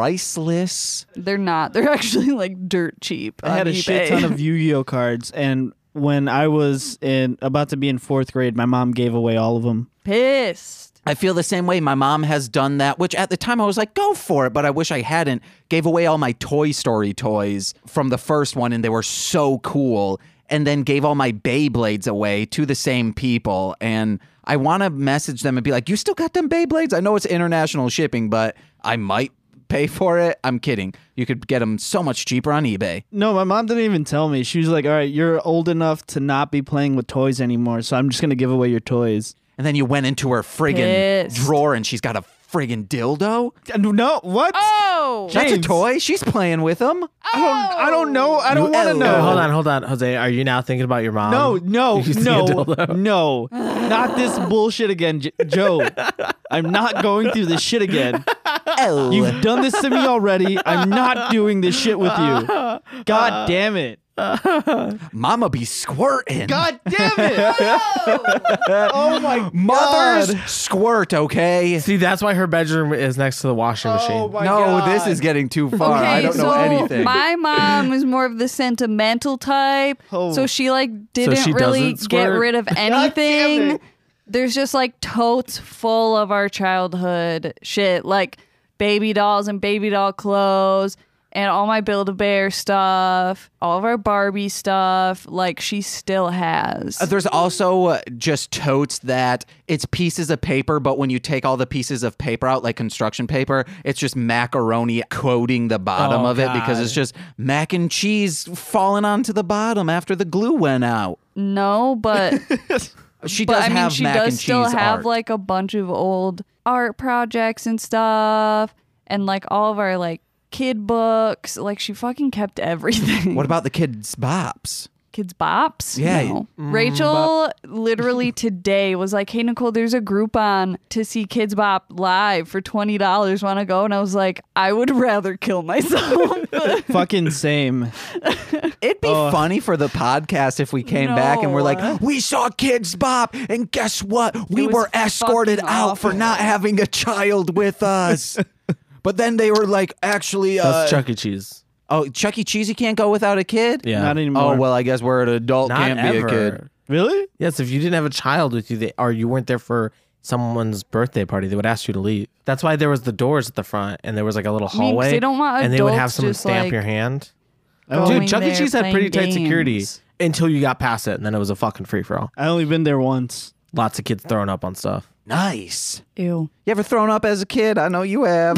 [SPEAKER 1] Priceless.
[SPEAKER 5] They're not. *laughs* They're actually like dirt cheap.
[SPEAKER 4] I had
[SPEAKER 5] on
[SPEAKER 4] a
[SPEAKER 5] eBay.
[SPEAKER 4] shit ton of Yu-Gi-Oh cards, and when I was in about to be in fourth grade, my mom gave away all of them.
[SPEAKER 5] *laughs* pissed.
[SPEAKER 1] I feel the same way. My mom has done that, which at the time I was like, go for it, but I wish I hadn't. Gave away all my Toy Story toys from the first one, and they were so cool. And then gave all my Beyblades away to the same people. And I want to message them and be like, you still got them Beyblades? I know it's international shipping, but I might pay for it. I'm kidding. You could get them so much cheaper on eBay.
[SPEAKER 4] No, my mom didn't even tell me. She was like, "All right, you're old enough to not be playing with toys anymore, so I'm just gonna give away your toys."
[SPEAKER 1] And then you went into her friggin'
[SPEAKER 5] Pissed.
[SPEAKER 1] drawer, and she's got a friggin' dildo.
[SPEAKER 4] Uh, No, what?
[SPEAKER 5] Oh,
[SPEAKER 1] That's a
[SPEAKER 4] James.
[SPEAKER 1] toy. She's playing with them.
[SPEAKER 4] I don't. I don't know. I don't
[SPEAKER 1] You
[SPEAKER 4] want to
[SPEAKER 1] L.
[SPEAKER 4] know.
[SPEAKER 3] Oh, hold on, hold on, Jose. Are you now thinking about your mom?
[SPEAKER 4] No,
[SPEAKER 1] *laughs*
[SPEAKER 4] no,
[SPEAKER 3] You see a
[SPEAKER 4] no,
[SPEAKER 3] dildo.
[SPEAKER 4] no. Not this bullshit again, J- Joe. I'm not going through this shit again.
[SPEAKER 1] Oh.
[SPEAKER 4] You've done this to me already. I'm not doing this shit with you. God damn it.
[SPEAKER 1] Mama be squirting.
[SPEAKER 4] God damn
[SPEAKER 1] *laughs*
[SPEAKER 4] it. Oh my
[SPEAKER 1] Mothers
[SPEAKER 4] God.
[SPEAKER 1] squirt, okay?
[SPEAKER 3] See, that's why her bedroom is next to the washing machine.
[SPEAKER 4] Oh my
[SPEAKER 1] no,
[SPEAKER 4] God.
[SPEAKER 1] this is getting too far.
[SPEAKER 5] Okay,
[SPEAKER 1] I don't
[SPEAKER 5] so
[SPEAKER 1] know anything.
[SPEAKER 5] my mom is more of the
[SPEAKER 1] *laughs*
[SPEAKER 5] sentimental type,
[SPEAKER 4] Oh.
[SPEAKER 5] so she like didn't
[SPEAKER 3] she
[SPEAKER 5] really
[SPEAKER 3] doesn't
[SPEAKER 5] get
[SPEAKER 3] squirt?
[SPEAKER 5] rid of anything.
[SPEAKER 4] it.
[SPEAKER 5] There's just like totes full of our childhood shit, like baby dolls and baby doll clothes, and all my Build a Bear stuff, all of our Barbie stuff. Like she still has.
[SPEAKER 1] Uh, There's also uh, just totes that it's pieces of paper, but when you take all the pieces of paper out, like construction paper, it's just macaroni coating the bottom
[SPEAKER 3] Oh,
[SPEAKER 1] of it because
[SPEAKER 3] God.
[SPEAKER 1] it's just mac and cheese falling onto the bottom after the glue went out. *laughs*
[SPEAKER 5] no, but
[SPEAKER 1] She
[SPEAKER 5] but
[SPEAKER 1] does
[SPEAKER 5] I mean,
[SPEAKER 1] have
[SPEAKER 5] she
[SPEAKER 1] mac
[SPEAKER 5] does
[SPEAKER 1] and
[SPEAKER 5] still
[SPEAKER 1] cheese
[SPEAKER 5] have
[SPEAKER 1] art.
[SPEAKER 5] like a bunch of old art projects and stuff, and like all of our like kid books. Like she fucking kept everything.
[SPEAKER 1] what about the kids' bops?
[SPEAKER 5] *laughs* kids bops?
[SPEAKER 1] Yeah. Mm,
[SPEAKER 5] No. Rachel
[SPEAKER 1] *laughs*
[SPEAKER 5] literally today was like, "Hey Nicole, there's a Groupon to see Kids Bop live for twenty dollars. Want to go?" And I was like, "I would rather kill
[SPEAKER 1] *laughs* Oh,
[SPEAKER 5] *laughs* myself."
[SPEAKER 4] *laughs* Fucking same.
[SPEAKER 1] It'd be
[SPEAKER 5] Oh.
[SPEAKER 1] funny for the podcast if we came back and we're like, we saw kids bop, and guess what? We
[SPEAKER 5] was
[SPEAKER 1] were escorted
[SPEAKER 5] fucking
[SPEAKER 1] out for
[SPEAKER 5] awful."
[SPEAKER 1] not having a child with
[SPEAKER 5] *laughs*
[SPEAKER 1] us. but then they were like, actually, uh,
[SPEAKER 3] That's Chuck E. Cheese.
[SPEAKER 1] oh, Chuck E. Cheese, you can't go without a kid?
[SPEAKER 3] Yeah.
[SPEAKER 4] Not
[SPEAKER 1] Oh,
[SPEAKER 4] anymore.
[SPEAKER 1] well, I guess we're an adult,
[SPEAKER 3] Not
[SPEAKER 1] can't
[SPEAKER 3] ever.
[SPEAKER 1] be a kid.
[SPEAKER 4] Really?
[SPEAKER 3] Yes, if you didn't have a child with you, they, or you weren't there for someone's birthday party, they would ask you to leave. That's why there was the doors at the front, and there was like a little
[SPEAKER 5] I mean, 'cause
[SPEAKER 3] hallway.
[SPEAKER 5] they don't want
[SPEAKER 3] and they would have
[SPEAKER 5] adults
[SPEAKER 3] someone
[SPEAKER 5] just,
[SPEAKER 3] stamp
[SPEAKER 5] like,
[SPEAKER 3] your hand.
[SPEAKER 4] Oh.
[SPEAKER 5] going
[SPEAKER 3] Dude, Chuck E.
[SPEAKER 5] there,
[SPEAKER 3] Cheese had pretty tight
[SPEAKER 5] playing
[SPEAKER 3] security
[SPEAKER 5] games.
[SPEAKER 3] until you got past it, and then it was a fucking free for all.
[SPEAKER 4] I only been there once.
[SPEAKER 3] Lots of kids throwing up on stuff.
[SPEAKER 1] Nice.
[SPEAKER 5] Ew.
[SPEAKER 1] You ever thrown up as a kid? I know you
[SPEAKER 5] *laughs*
[SPEAKER 1] have.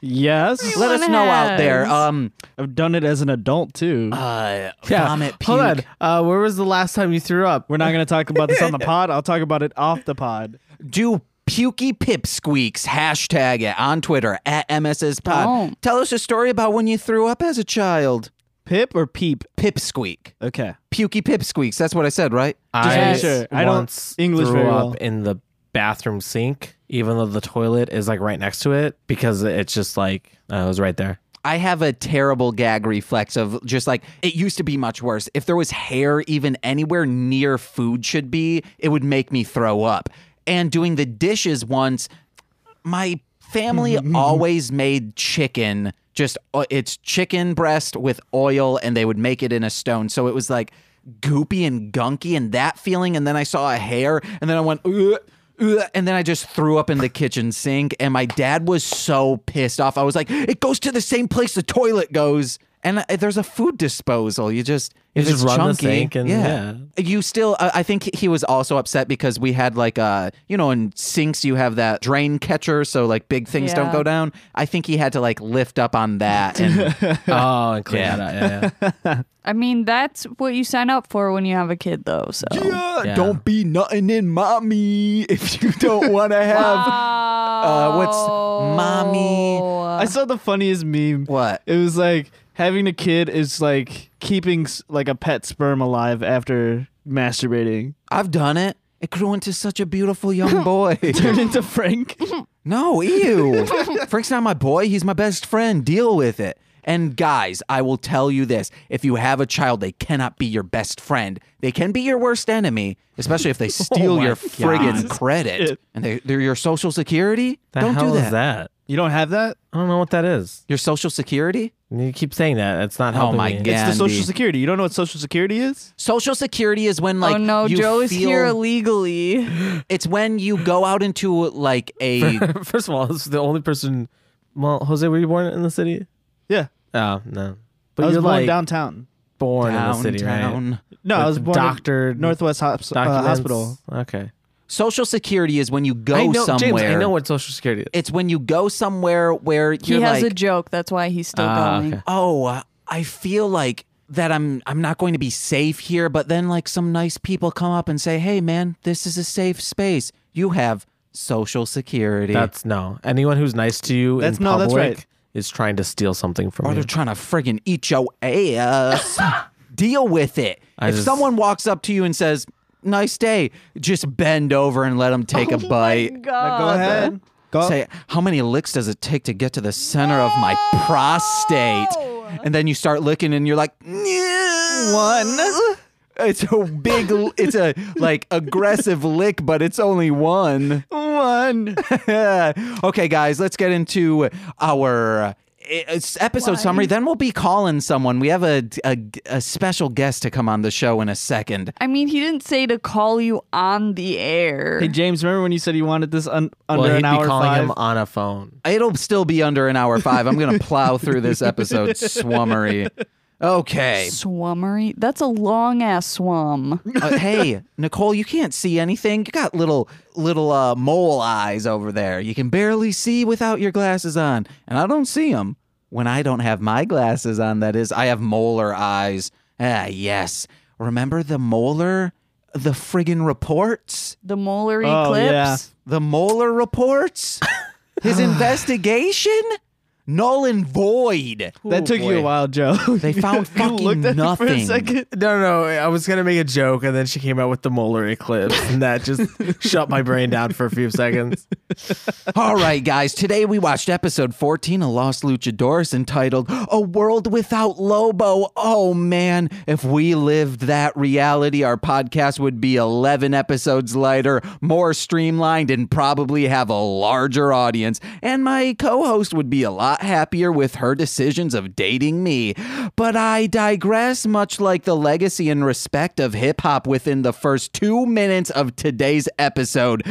[SPEAKER 4] Yes.
[SPEAKER 1] Let us know out there.
[SPEAKER 5] has.
[SPEAKER 1] Um,
[SPEAKER 4] I've done it as an adult too.
[SPEAKER 1] uh, vomit, puke.
[SPEAKER 3] Hold on. Uh, where was the last time you threw up?
[SPEAKER 4] We're not going to talk about this on the pod. I'll talk about it off the pod.
[SPEAKER 1] do pukey pipsqueaks hashtag it on twitter at mss pod
[SPEAKER 5] Don't.
[SPEAKER 1] tell us a story about when you threw up as a child
[SPEAKER 4] Pip or peep?
[SPEAKER 1] pipsqueak
[SPEAKER 4] Okay.
[SPEAKER 1] pukey pipsqueaks that's what i said right
[SPEAKER 4] Just
[SPEAKER 3] I
[SPEAKER 4] make sure. I don't
[SPEAKER 3] once
[SPEAKER 4] English
[SPEAKER 3] threw
[SPEAKER 4] very
[SPEAKER 3] up
[SPEAKER 4] well.
[SPEAKER 3] in the bathroom sink, even though the toilet is like right next to it, because it's just like uh, it was right there.
[SPEAKER 1] i have a terrible gag reflex of just like it used to be much worse if there was hair even anywhere near food should be it would make me throw up and doing the dishes once my family
[SPEAKER 3] Mm-hmm,
[SPEAKER 1] always made chicken just uh, it's chicken breast with oil and they would make it in a stone so it was like goopy and gunky and that feeling and then i saw a hair and then i went Ugh, ugh," and then i just threw up in the kitchen sink and my dad was so pissed off i was like it goes to the same place the toilet goes and uh, there's a food disposal you just if it's
[SPEAKER 3] just run the
[SPEAKER 1] chunky,
[SPEAKER 3] sink and- yeah.
[SPEAKER 1] you still I i think he was also upset because we had like uh you know in sinks you have that drain catcher so like big things don't
[SPEAKER 5] Yeah.
[SPEAKER 1] go down i think he had to like lift up on that and *laughs*
[SPEAKER 3] Oh, *laughs* and clean
[SPEAKER 1] Yeah.
[SPEAKER 3] that out. Yeah, yeah.
[SPEAKER 5] I mean, that's what you sign up for when you have a kid, though. So.
[SPEAKER 3] Yeah. don't
[SPEAKER 1] Uh, be nothing in mommy if you don't want to have uh, what's- mommy-
[SPEAKER 3] Uh,
[SPEAKER 4] I saw the funniest meme.
[SPEAKER 1] what
[SPEAKER 4] It was like having a kid is like keeping s- like a pet sperm alive after
[SPEAKER 3] *laughs*
[SPEAKER 4] masturbating.
[SPEAKER 1] i've done it it grew into such a beautiful *laughs* young boy
[SPEAKER 4] Turned
[SPEAKER 3] *laughs*
[SPEAKER 4] into Frank.
[SPEAKER 1] No, ew. *laughs* Frank's not my boy. He's my best friend. Deal with it. And guys, I will tell you this if you have a child, they cannot be your best friend. They can be your worst enemy, especially
[SPEAKER 3] *laughs*
[SPEAKER 1] if they steal
[SPEAKER 3] Oh my
[SPEAKER 1] your friggin'
[SPEAKER 3] God.
[SPEAKER 1] credit and they, they're your social security.
[SPEAKER 3] The
[SPEAKER 1] Don't
[SPEAKER 3] hell
[SPEAKER 1] do that.
[SPEAKER 3] is that?
[SPEAKER 4] You don't have that?
[SPEAKER 3] I don't know what that is.
[SPEAKER 1] Your social security?
[SPEAKER 3] You keep saying that. It's not helping
[SPEAKER 1] my
[SPEAKER 3] me.
[SPEAKER 1] God.
[SPEAKER 4] It's the
[SPEAKER 1] Andy.
[SPEAKER 4] social security. You don't know what social security is?
[SPEAKER 1] Social security is when, like,
[SPEAKER 5] oh no,
[SPEAKER 1] you
[SPEAKER 5] Joe is
[SPEAKER 1] feel-
[SPEAKER 5] here illegally.
[SPEAKER 1] It's when you go out into, like,
[SPEAKER 3] *laughs*
[SPEAKER 1] a.
[SPEAKER 3] *laughs* First of all, this is the only person. Well, Jose, were you born in the city?
[SPEAKER 4] Yeah.
[SPEAKER 3] Oh no,
[SPEAKER 4] I
[SPEAKER 3] but
[SPEAKER 4] was
[SPEAKER 3] you're
[SPEAKER 4] born
[SPEAKER 3] like
[SPEAKER 4] downtown.
[SPEAKER 3] born in the city, right?
[SPEAKER 1] downtown.
[SPEAKER 4] No, I
[SPEAKER 3] With
[SPEAKER 4] was born
[SPEAKER 3] doctored
[SPEAKER 4] in Northwest Hosp- uh,
[SPEAKER 3] documents.
[SPEAKER 4] Hospital.
[SPEAKER 3] Okay. Oh,
[SPEAKER 1] Social security is when you go
[SPEAKER 3] I know,
[SPEAKER 1] somewhere.
[SPEAKER 3] James, I know what Social Security is.
[SPEAKER 1] It's when you go somewhere where you're
[SPEAKER 5] he has
[SPEAKER 1] like,
[SPEAKER 5] a joke. That's why he's still
[SPEAKER 3] Ah,
[SPEAKER 5] going.
[SPEAKER 3] okay.
[SPEAKER 1] oh uh, i feel like that i'm i'm not going to be safe here but then like some nice people come up and say hey man this is a safe space you have social security
[SPEAKER 3] That's no. Anyone who's nice to you
[SPEAKER 4] That's-
[SPEAKER 3] in
[SPEAKER 4] no,
[SPEAKER 3] public
[SPEAKER 4] that's right.
[SPEAKER 3] is trying to steal something
[SPEAKER 1] or
[SPEAKER 3] from
[SPEAKER 1] they're
[SPEAKER 3] you.
[SPEAKER 1] trying to friggin' eat your
[SPEAKER 3] *laughs*
[SPEAKER 1] ass deal with it
[SPEAKER 3] I
[SPEAKER 1] if
[SPEAKER 3] just-
[SPEAKER 1] someone walks up to you and says nice day just bend over and let them take a
[SPEAKER 5] *laughs*
[SPEAKER 1] bite
[SPEAKER 5] Oh God.
[SPEAKER 3] Uh,
[SPEAKER 4] Go ahead. Go.
[SPEAKER 1] say how many licks does it take to get to the center of my prostate and then you start licking and you're like one it's a big l- it's a like aggressive lick but it's only one *laughs*
[SPEAKER 3] *laughs*
[SPEAKER 4] one.
[SPEAKER 1] okay guys let's get into our uh, it's episode summary then we'll be calling someone we have a, a a special guest to come on the show in a second
[SPEAKER 5] I mean, he didn't say to call you on the air.
[SPEAKER 4] Hey James, remember when you said you wanted this un- under
[SPEAKER 3] well, he'd
[SPEAKER 4] an hour
[SPEAKER 3] be calling
[SPEAKER 4] five?
[SPEAKER 3] him on a phone.
[SPEAKER 1] it'll still be under an hour five i'm gonna plow through this episode summary okay
[SPEAKER 5] Swummery? That's a long ass swum.
[SPEAKER 4] *laughs*
[SPEAKER 1] Uh, hey, Nicole, you can't see anything. You got little little uh, mole eyes over there. You can barely see without your glasses on, and I don't see them when I don't have my glasses on. That is, I have molar eyes. Ah, yes. Remember the molar, the friggin' reports,
[SPEAKER 5] The molar
[SPEAKER 4] Oh,
[SPEAKER 5] eclipse.
[SPEAKER 4] yeah.
[SPEAKER 1] the molar
[SPEAKER 4] *laughs*
[SPEAKER 1] reports, his investigation, null and void.
[SPEAKER 4] that took you a while, Joe. *laughs*
[SPEAKER 1] They found
[SPEAKER 4] You looked
[SPEAKER 1] fucking
[SPEAKER 4] at me For a
[SPEAKER 1] nothing.
[SPEAKER 4] second.
[SPEAKER 3] *laughs* No, no, I was gonna make a
[SPEAKER 4] *laughs*
[SPEAKER 3] joke, and then she came out with the molar eclipse, and that just shut my brain down for a few seconds.
[SPEAKER 1] All right, guys. Today we watched episode 14 of Lost Luchadores entitled A World Without Lobo. Oh, man. If we lived that reality, our podcast would be 11 episodes lighter, more streamlined, and probably have a larger audience. And my co host would be a lot happier with her decisions of dating me. But I digress, much like the legacy and respect of hip hop within the first two minutes of today's episode.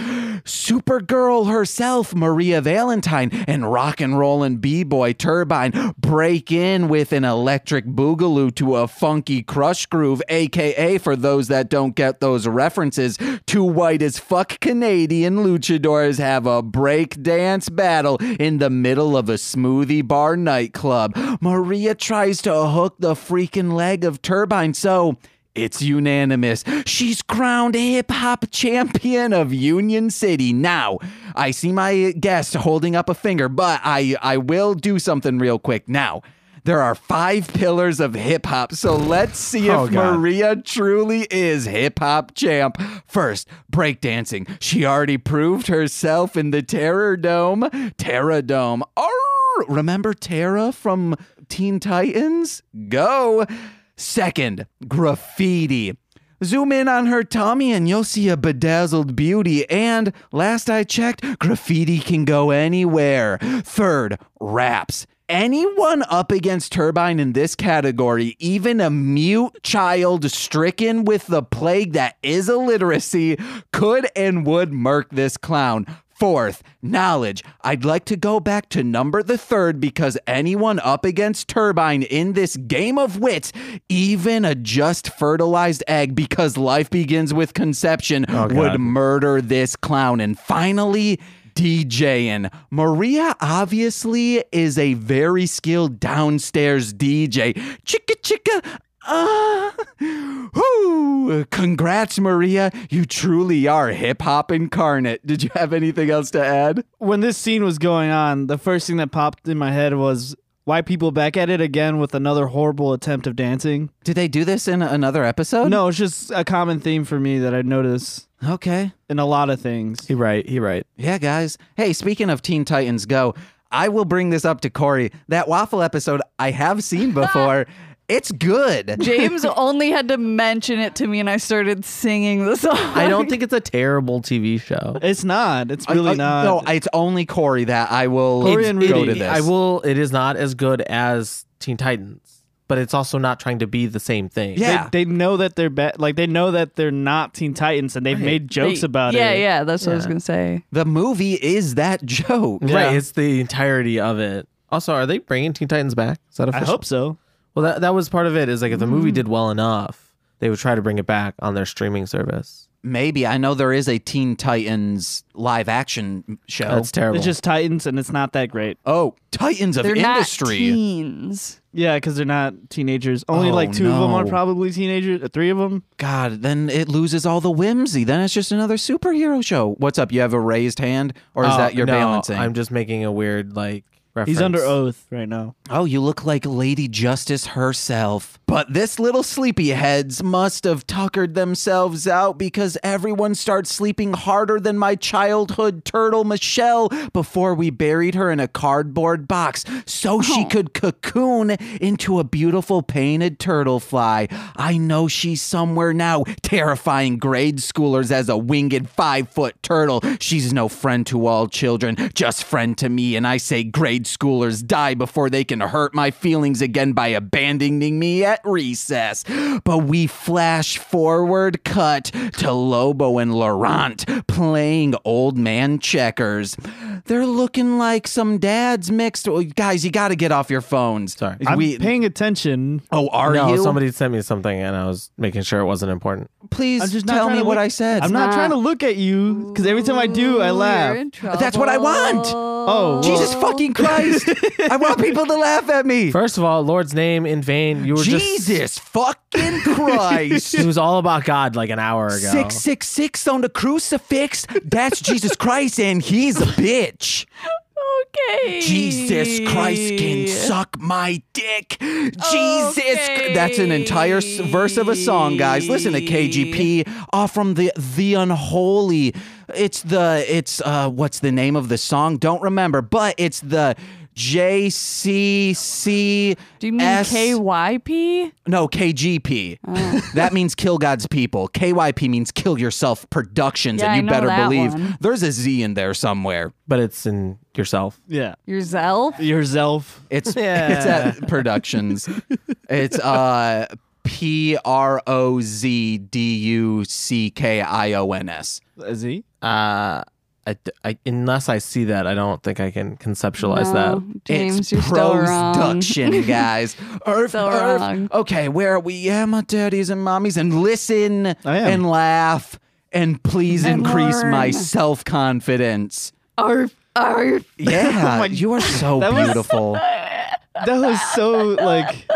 [SPEAKER 1] Supergirl herself, Maria Valentine, and rock and roll and b boy Turbine break in with an electric boogaloo to a funky crush groove, aka, for those that don't get those references, two white as fuck Canadian luchadors have a break dance battle in the middle of a smoothie bar nightclub. Maria tries to hook the freaking leg of Turbine, so. It's unanimous. She's crowned hip hop champion of Union City. Now, I see my guest holding up a finger, but I, I will do something real quick. Now, there are five pillars of hip hop, so let's see if
[SPEAKER 3] Oh, God.
[SPEAKER 1] Maria truly is hip hop champ. First, breakdancing. She already proved herself in the Terror Dome. Terra Dome. Arr! Remember Terra from Teen Titans? Go. Second, graffiti. Zoom in on her tummy and you'll see a bedazzled beauty. And last I checked, graffiti can go anywhere. Third, raps. Anyone up against Turbine in this category, even a mute child stricken with the plague that is illiteracy, could and would murk this clown. Fourth, knowledge. I'd like to go back to number the third because anyone up against Turbine in this game of wits, even a just fertilized egg, because life begins with conception, would murder this clown. And finally, DJing. Maria obviously is a very skilled downstairs DJ. Chicka chicka. Ah, *laughs* whoo! Congrats, Maria. You truly are hip hop incarnate. Did you have anything else to add?
[SPEAKER 4] when this scene was going on, the first thing that popped in my head was why people back at it again with another horrible attempt of dancing.
[SPEAKER 1] Did they do this in another episode?
[SPEAKER 4] No, it's just a common theme for me that I notice
[SPEAKER 1] Okay.
[SPEAKER 4] in a lot of things.
[SPEAKER 3] He right. He right.
[SPEAKER 1] Yeah, guys. Hey, speaking of Teen Titans Go, I will bring this up to Corey. That waffle episode I have *laughs* seen before. it's good.
[SPEAKER 5] James only had to mention it to me, and I started singing the song.
[SPEAKER 3] I
[SPEAKER 5] *laughs*
[SPEAKER 3] don't think it's a terrible TV show.
[SPEAKER 4] It's not. It's really
[SPEAKER 1] I- I-
[SPEAKER 4] not.
[SPEAKER 1] No, it's only Corey that I will
[SPEAKER 4] Corey and
[SPEAKER 1] go
[SPEAKER 4] Rudy.
[SPEAKER 1] to this.
[SPEAKER 3] I will. It is not as good as Teen Titans, but it's also not trying to be the same thing.
[SPEAKER 1] Yeah.
[SPEAKER 4] They, they know that they're bad. Like they know that they're not Teen Titans, and they've made jokes about
[SPEAKER 5] yeah,
[SPEAKER 4] it.
[SPEAKER 5] yeah, that's what I was gonna say.
[SPEAKER 1] The movie is that joke.
[SPEAKER 3] Right.
[SPEAKER 4] Yeah.
[SPEAKER 3] It's the entirety of it. Also, are they bringing Teen Titans back? Is that
[SPEAKER 4] I
[SPEAKER 3] official?
[SPEAKER 4] hope so. Mm.
[SPEAKER 3] Well, that that was part of it. Is like if the movie did well enough, they would try to bring it back on their streaming service.
[SPEAKER 1] Maybe I know there is a Teen Titans live action show.
[SPEAKER 3] That's terrible.
[SPEAKER 4] It's just Titans, and it's not that great.
[SPEAKER 1] oh, Titans of
[SPEAKER 5] They're not
[SPEAKER 1] Industry.
[SPEAKER 5] teens.
[SPEAKER 4] Yeah, because they're not teenagers. Only
[SPEAKER 1] Oh,
[SPEAKER 4] like two of them are
[SPEAKER 1] no.
[SPEAKER 4] probably teenagers. uh, Three of them.
[SPEAKER 1] God, then it loses all the whimsy. Then it's just another superhero show. What's up? You have a raised hand, or is
[SPEAKER 3] Oh,
[SPEAKER 1] that your
[SPEAKER 3] no,
[SPEAKER 1] balancing?
[SPEAKER 3] I'm just making a weird like reference.
[SPEAKER 4] He's under oath right now.
[SPEAKER 1] Oh, you look like Lady Justice herself. But this little sleepyheads must have tuckered themselves out because everyone starts sleeping harder than my childhood turtle Michelle before we buried her in a cardboard box so she could cocoon into a beautiful painted turtle fly. I know she's somewhere now, terrifying grade schoolers as a winged five foot turtle. She's no friend to all children, just friend to me, and I say grade schoolers die before they can hurt my feelings again by abandoning me at recess. But we flash forward cut to Lobo and Laurent playing old man checkers. They're looking like some dads mixed. Oh, guys, you got to get off your phones.
[SPEAKER 3] Sorry.
[SPEAKER 4] I'm
[SPEAKER 1] We-
[SPEAKER 4] paying attention.
[SPEAKER 1] oh, are
[SPEAKER 3] no,
[SPEAKER 1] you?
[SPEAKER 3] somebody sent me something and I was making sure it wasn't important.
[SPEAKER 1] Please
[SPEAKER 4] I'm just not
[SPEAKER 1] tell
[SPEAKER 4] trying
[SPEAKER 1] me
[SPEAKER 4] to
[SPEAKER 1] what
[SPEAKER 4] look-
[SPEAKER 1] I said.
[SPEAKER 4] I'm not,
[SPEAKER 5] not-
[SPEAKER 4] trying to look at you because every time I do, I
[SPEAKER 5] Ooh,
[SPEAKER 4] laugh.
[SPEAKER 5] you're in
[SPEAKER 1] That's what I want.
[SPEAKER 5] trouble.
[SPEAKER 4] Oh, well,
[SPEAKER 1] Jesus fucking
[SPEAKER 4] *laughs*
[SPEAKER 1] Christ! I want people to laugh at me.
[SPEAKER 3] First of all, Lord's name in vain. You were
[SPEAKER 1] Jesus
[SPEAKER 3] just
[SPEAKER 1] fucking
[SPEAKER 3] *laughs*
[SPEAKER 1] Christ!
[SPEAKER 3] it was all about God like an hour ago.
[SPEAKER 1] Six six six on the crucifix. That's Jesus Christ, and he's a bitch.
[SPEAKER 5] Oh, Okay.
[SPEAKER 1] Jesus Christ
[SPEAKER 5] *laughs*
[SPEAKER 1] can suck my dick. Jesus. Chr- That's an entire s- verse of a song, guys. Listen to KGP off from the the unholy. It's the it's uh what's the name of the song? Don't remember, but it's the J C C
[SPEAKER 5] Do you mean
[SPEAKER 1] S-
[SPEAKER 5] KYP?
[SPEAKER 1] no, KGP.
[SPEAKER 5] Oh.
[SPEAKER 1] that means kill God's people. KYP means kill yourself productions,
[SPEAKER 5] Yeah,
[SPEAKER 1] and
[SPEAKER 5] I
[SPEAKER 1] you
[SPEAKER 5] know
[SPEAKER 1] better
[SPEAKER 5] that
[SPEAKER 1] believe
[SPEAKER 5] one.
[SPEAKER 1] there's a Z in there somewhere.
[SPEAKER 3] but it's in yourself.
[SPEAKER 4] Yeah.
[SPEAKER 5] Yourself?
[SPEAKER 4] Yourself.
[SPEAKER 1] It's it's
[SPEAKER 3] Yeah.
[SPEAKER 1] at
[SPEAKER 5] *laughs*
[SPEAKER 1] productions. it's uh P R O Z D U C K I O N S.
[SPEAKER 4] Is he?
[SPEAKER 3] Uh, I, I- unless I see that, I don't think I can conceptualize
[SPEAKER 5] No,
[SPEAKER 3] that.
[SPEAKER 5] Oh, James,
[SPEAKER 1] it's
[SPEAKER 5] you're still wrong. *laughs*
[SPEAKER 1] production, guys. Earth,
[SPEAKER 5] So
[SPEAKER 1] earth.
[SPEAKER 5] wrong.
[SPEAKER 1] Okay, where are we? Yeah, my daddies and mommies, and listen
[SPEAKER 4] I am.
[SPEAKER 1] and laugh and please
[SPEAKER 5] And
[SPEAKER 1] increase my
[SPEAKER 5] learn.
[SPEAKER 1] self confidence.
[SPEAKER 5] Arf, arf.
[SPEAKER 1] Yeah,
[SPEAKER 4] my-
[SPEAKER 1] you are so
[SPEAKER 4] That was-
[SPEAKER 1] beautiful.
[SPEAKER 4] That was so
[SPEAKER 1] *laughs*
[SPEAKER 4] like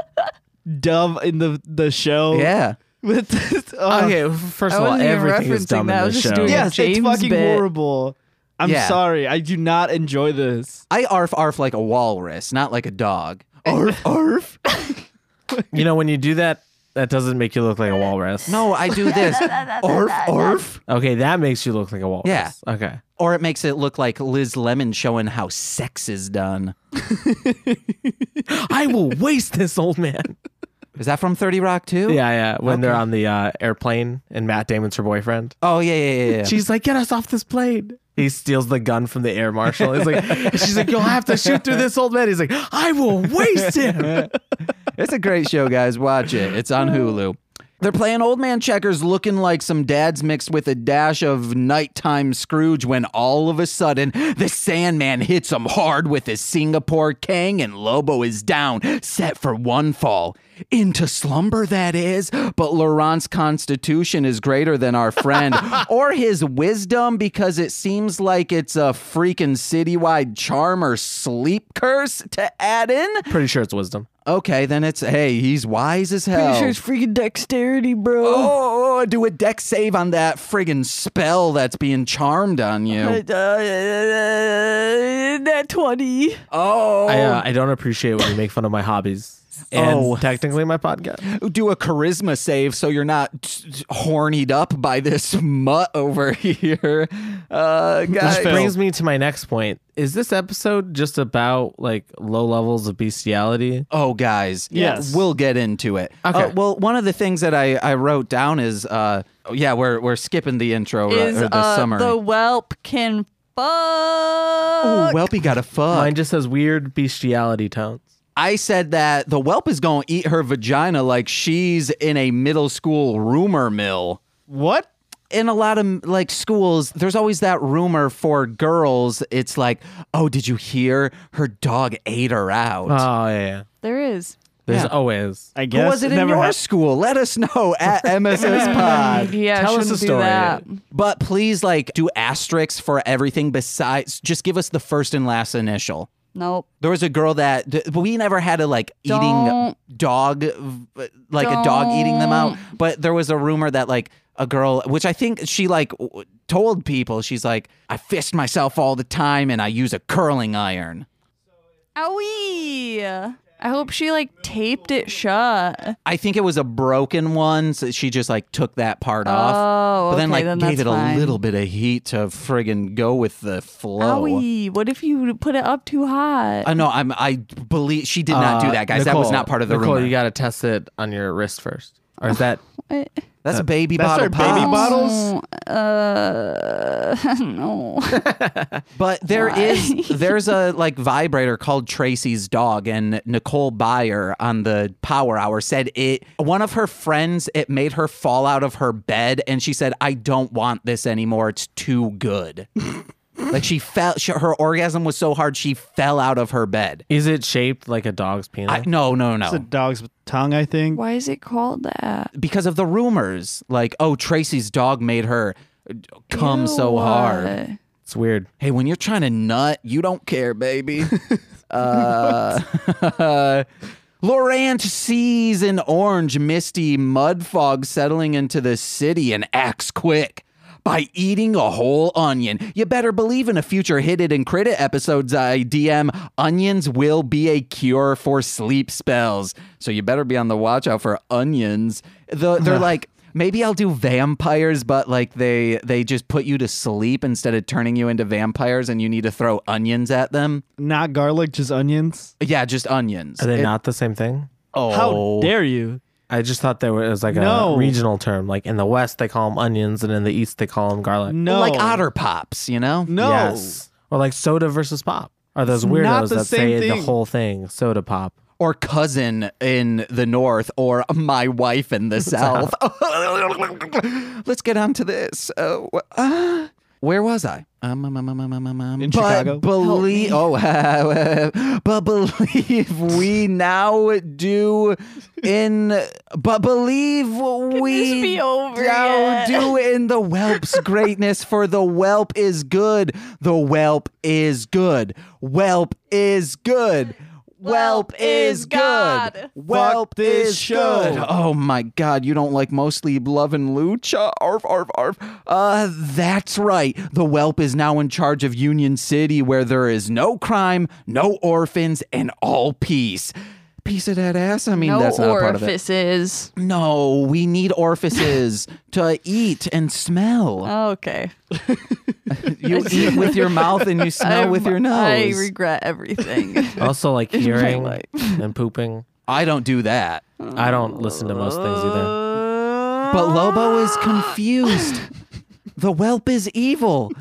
[SPEAKER 4] dumb in the the show.
[SPEAKER 1] yeah,
[SPEAKER 4] *laughs*
[SPEAKER 1] Um,
[SPEAKER 4] With this, uh,
[SPEAKER 3] Okay, first
[SPEAKER 2] I
[SPEAKER 3] of all,
[SPEAKER 2] wasn't even
[SPEAKER 3] everything is
[SPEAKER 2] referencing
[SPEAKER 3] dumb
[SPEAKER 2] that. I
[SPEAKER 3] in
[SPEAKER 2] was
[SPEAKER 3] this
[SPEAKER 2] just
[SPEAKER 3] show.
[SPEAKER 2] doing
[SPEAKER 3] Yeah.
[SPEAKER 2] it.
[SPEAKER 4] Yes,
[SPEAKER 2] James
[SPEAKER 4] it's fucking
[SPEAKER 2] bit.
[SPEAKER 4] horrible. I'm
[SPEAKER 1] Yeah.
[SPEAKER 4] sorry. I do not enjoy this.
[SPEAKER 1] I arf arf like a walrus, not like a dog. Arf arf.
[SPEAKER 3] You know, when you do that, that doesn't make you look like a walrus.
[SPEAKER 1] No, I do this. arf arf.
[SPEAKER 3] Okay, that makes you look like a walrus.
[SPEAKER 1] Yeah.
[SPEAKER 3] Okay. *gasps*
[SPEAKER 1] Or it makes it look like Liz Lemon showing how sex is done.
[SPEAKER 3] I will waste this old man.
[SPEAKER 1] Is that from 30 Rock too?
[SPEAKER 3] Yeah, yeah. When they're
[SPEAKER 1] Okay.
[SPEAKER 3] on the uh, airplane and Matt Damon's her boyfriend.
[SPEAKER 1] Oh yeah, yeah, yeah. yeah.
[SPEAKER 3] She's like, get us off this plane. He steals the gun from the air marshal. He's *laughs* like, she's like, you'll have to shoot through this old man. He's like, I will waste *laughs* him.
[SPEAKER 1] It's a great show, guys. Watch it. It's on Hulu. They're playing old man checkers looking like some dads mixed with a dash of nighttime Scrooge when all of a sudden the Sandman hits him hard with his Singapore Kang and Lobo is down, set for one fall. Into slumber, that is, but Laurent's constitution is greater than our friend or his wisdom because it seems like it's a freaking citywide charm or sleep curse to add in.
[SPEAKER 3] Pretty sure it's wisdom.
[SPEAKER 1] Okay, then it's hey, he's wise as hell.
[SPEAKER 2] Pretty sure it's freaking dexterity, bro.
[SPEAKER 1] oh, do a deck save on that friggin' spell that's being charmed on you.
[SPEAKER 2] Uh, that 20.
[SPEAKER 1] Oh,
[SPEAKER 3] I, uh, I don't appreciate when you make fun of my hobbies and
[SPEAKER 1] Oh.
[SPEAKER 3] technically my podcast.
[SPEAKER 1] do a charisma save so you're not t- t- hornied up by this mutt over *laughs* here. Uh, guys,
[SPEAKER 3] Which brings me to my next point. Is this episode just about like low levels of bestiality?
[SPEAKER 1] Oh, guys.
[SPEAKER 4] Yes.
[SPEAKER 1] We'll get into it.
[SPEAKER 3] Okay.
[SPEAKER 1] Uh, well, one of the things that I, I wrote down is, uh, oh, yeah, we're, we're skipping the intro ri-
[SPEAKER 5] Is
[SPEAKER 1] or the
[SPEAKER 5] uh,
[SPEAKER 1] summary.
[SPEAKER 5] the whelp can
[SPEAKER 1] oh,
[SPEAKER 5] fuck?
[SPEAKER 1] Welpy got a fuck.
[SPEAKER 3] Mine just has weird bestiality tones.
[SPEAKER 1] I said that the whelp is going to eat her vagina like she's in a middle school rumor mill.
[SPEAKER 4] What?
[SPEAKER 1] In a lot of like schools, there's always that rumor for girls. It's like, oh, did you hear her dog ate her out?
[SPEAKER 3] Oh, yeah. yeah.
[SPEAKER 5] There is.
[SPEAKER 3] There's
[SPEAKER 1] Yeah.
[SPEAKER 3] always.
[SPEAKER 4] Uh, I
[SPEAKER 1] Who
[SPEAKER 4] guess
[SPEAKER 1] was it in
[SPEAKER 4] never
[SPEAKER 1] your
[SPEAKER 4] happened.
[SPEAKER 1] school? Let us
[SPEAKER 4] *laughs*
[SPEAKER 1] know at MSS Pod.
[SPEAKER 5] Yeah,
[SPEAKER 3] Tell us
[SPEAKER 5] shouldn't
[SPEAKER 3] a
[SPEAKER 5] do
[SPEAKER 3] story.
[SPEAKER 5] that.
[SPEAKER 1] But please, like, do asterisks for everything besides. Just give us the first and last initial.
[SPEAKER 5] Nope.
[SPEAKER 1] There was a girl that th- we never had a like eating
[SPEAKER 5] Don't.
[SPEAKER 1] dog, v- like a dog eating them out. But there was a rumor that like a girl, which I think she like w- told people, she's like, I fist myself all the time and I use a curling iron.
[SPEAKER 5] Owie. I hope she like taped it shut.
[SPEAKER 1] I think it was a broken one, so she just like took that part off.
[SPEAKER 5] Oh,
[SPEAKER 1] But then
[SPEAKER 5] okay,
[SPEAKER 1] like
[SPEAKER 5] then
[SPEAKER 1] gave
[SPEAKER 5] that's
[SPEAKER 1] it
[SPEAKER 5] fine.
[SPEAKER 1] a little bit of heat to friggin' go with the flow.
[SPEAKER 5] Owie. What if you put it up too hot?
[SPEAKER 1] Oh. I know. I'm. I believe she did not do
[SPEAKER 3] Uh,
[SPEAKER 1] that, guys. that was
[SPEAKER 3] Nicole-
[SPEAKER 1] not part of the
[SPEAKER 3] Nicole,
[SPEAKER 1] rumor.
[SPEAKER 3] you got to test it on your wrist first. Or is that *laughs*
[SPEAKER 5] What?
[SPEAKER 1] That's a baby
[SPEAKER 4] That's
[SPEAKER 1] bottle.
[SPEAKER 4] our baby
[SPEAKER 1] pops.
[SPEAKER 4] bottle?
[SPEAKER 5] Oh, uh, *laughs* no.
[SPEAKER 1] But there
[SPEAKER 5] Why?
[SPEAKER 1] is there's a like vibrator called Tracy's dog, and Nicole Byer on the Power Hour said it. One of her friends, it made her fall out of her bed, and she said, "I don't want this anymore. It's too good." like she fell, she, her orgasm was so hard she fell out of her bed.
[SPEAKER 3] Is it shaped like a dog's penis?
[SPEAKER 1] I, no, no, no.
[SPEAKER 4] It's a dog's tongue, I think.
[SPEAKER 5] Why is it called that?
[SPEAKER 1] because of the rumors, like oh, Tracy's dog made her uh, come so
[SPEAKER 5] Ew.
[SPEAKER 1] hard.
[SPEAKER 3] it's weird.
[SPEAKER 1] Hey, when you're trying to nut, you don't care, baby. *laughs* uh, Laurent sees an orange, misty mud fog settling into the city and acts quick. by eating a whole onion. You better believe in a future Hit It and Crit It episodes I DM, onions will be a cure for sleep spells. So you better be on the watch out for onions. The, they're like, maybe I'll do vampires, but like they they just put you to sleep instead of turning you into vampires and you need to throw onions at them.
[SPEAKER 4] Not garlic, just onions.
[SPEAKER 1] Yeah, just onions.
[SPEAKER 3] Are they
[SPEAKER 1] It-
[SPEAKER 3] not the same thing?
[SPEAKER 1] Oh.
[SPEAKER 4] How dare you?
[SPEAKER 3] I just thought they were it was like
[SPEAKER 4] No.
[SPEAKER 3] a regional term. Like in the west they call them onions, and in the east they call them garlic.
[SPEAKER 4] No,
[SPEAKER 1] Like otter pops, you know?
[SPEAKER 4] No,
[SPEAKER 3] Yes. Or like soda versus pop. Are those
[SPEAKER 4] It's not
[SPEAKER 3] weirdos
[SPEAKER 4] the
[SPEAKER 3] that
[SPEAKER 4] same
[SPEAKER 3] say the
[SPEAKER 4] thing.
[SPEAKER 3] whole thing soda pop?
[SPEAKER 1] Or cousin in the north, or my wife in the south. *laughs* Let's get on to this. Uh, wh- uh, where was I? Um, um, um, um, um, um, um, um,
[SPEAKER 4] In
[SPEAKER 1] but
[SPEAKER 4] Chicago.
[SPEAKER 1] Believe, oh, *laughs* but believe we now do in. But believe we
[SPEAKER 5] be over
[SPEAKER 1] now
[SPEAKER 5] yet?
[SPEAKER 1] do in the
[SPEAKER 5] *laughs*
[SPEAKER 1] whelp's greatness. For the whelp is good. The whelp is good. Whelp is good. Whelp is good.
[SPEAKER 5] God.
[SPEAKER 1] Whelp
[SPEAKER 4] Fuck this
[SPEAKER 1] is
[SPEAKER 4] show.
[SPEAKER 1] good. Oh my God, you don't like mostly Love and Lucha? Arf, arf, arf. Uh, that's right. The Whelp is now in charge of Union City, where there is no crime, no orphans, and all peace. Piece of that ass? I mean,
[SPEAKER 5] no
[SPEAKER 1] that's not a part of it.
[SPEAKER 5] orifices.
[SPEAKER 1] No, we need *laughs* orifices to eat and smell.
[SPEAKER 5] okay.
[SPEAKER 1] *laughs* You eat with your mouth *laughs* and you smell
[SPEAKER 5] I'm-
[SPEAKER 1] with your nose.
[SPEAKER 5] I
[SPEAKER 1] *laughs*
[SPEAKER 5] regret everything. Uh,
[SPEAKER 3] Also like hearing
[SPEAKER 5] life.
[SPEAKER 3] and pooping.
[SPEAKER 1] I don't do that.
[SPEAKER 3] I don't listen to most
[SPEAKER 1] *laughs*
[SPEAKER 3] things either.
[SPEAKER 1] But Lobo is confused. The whelp is evil.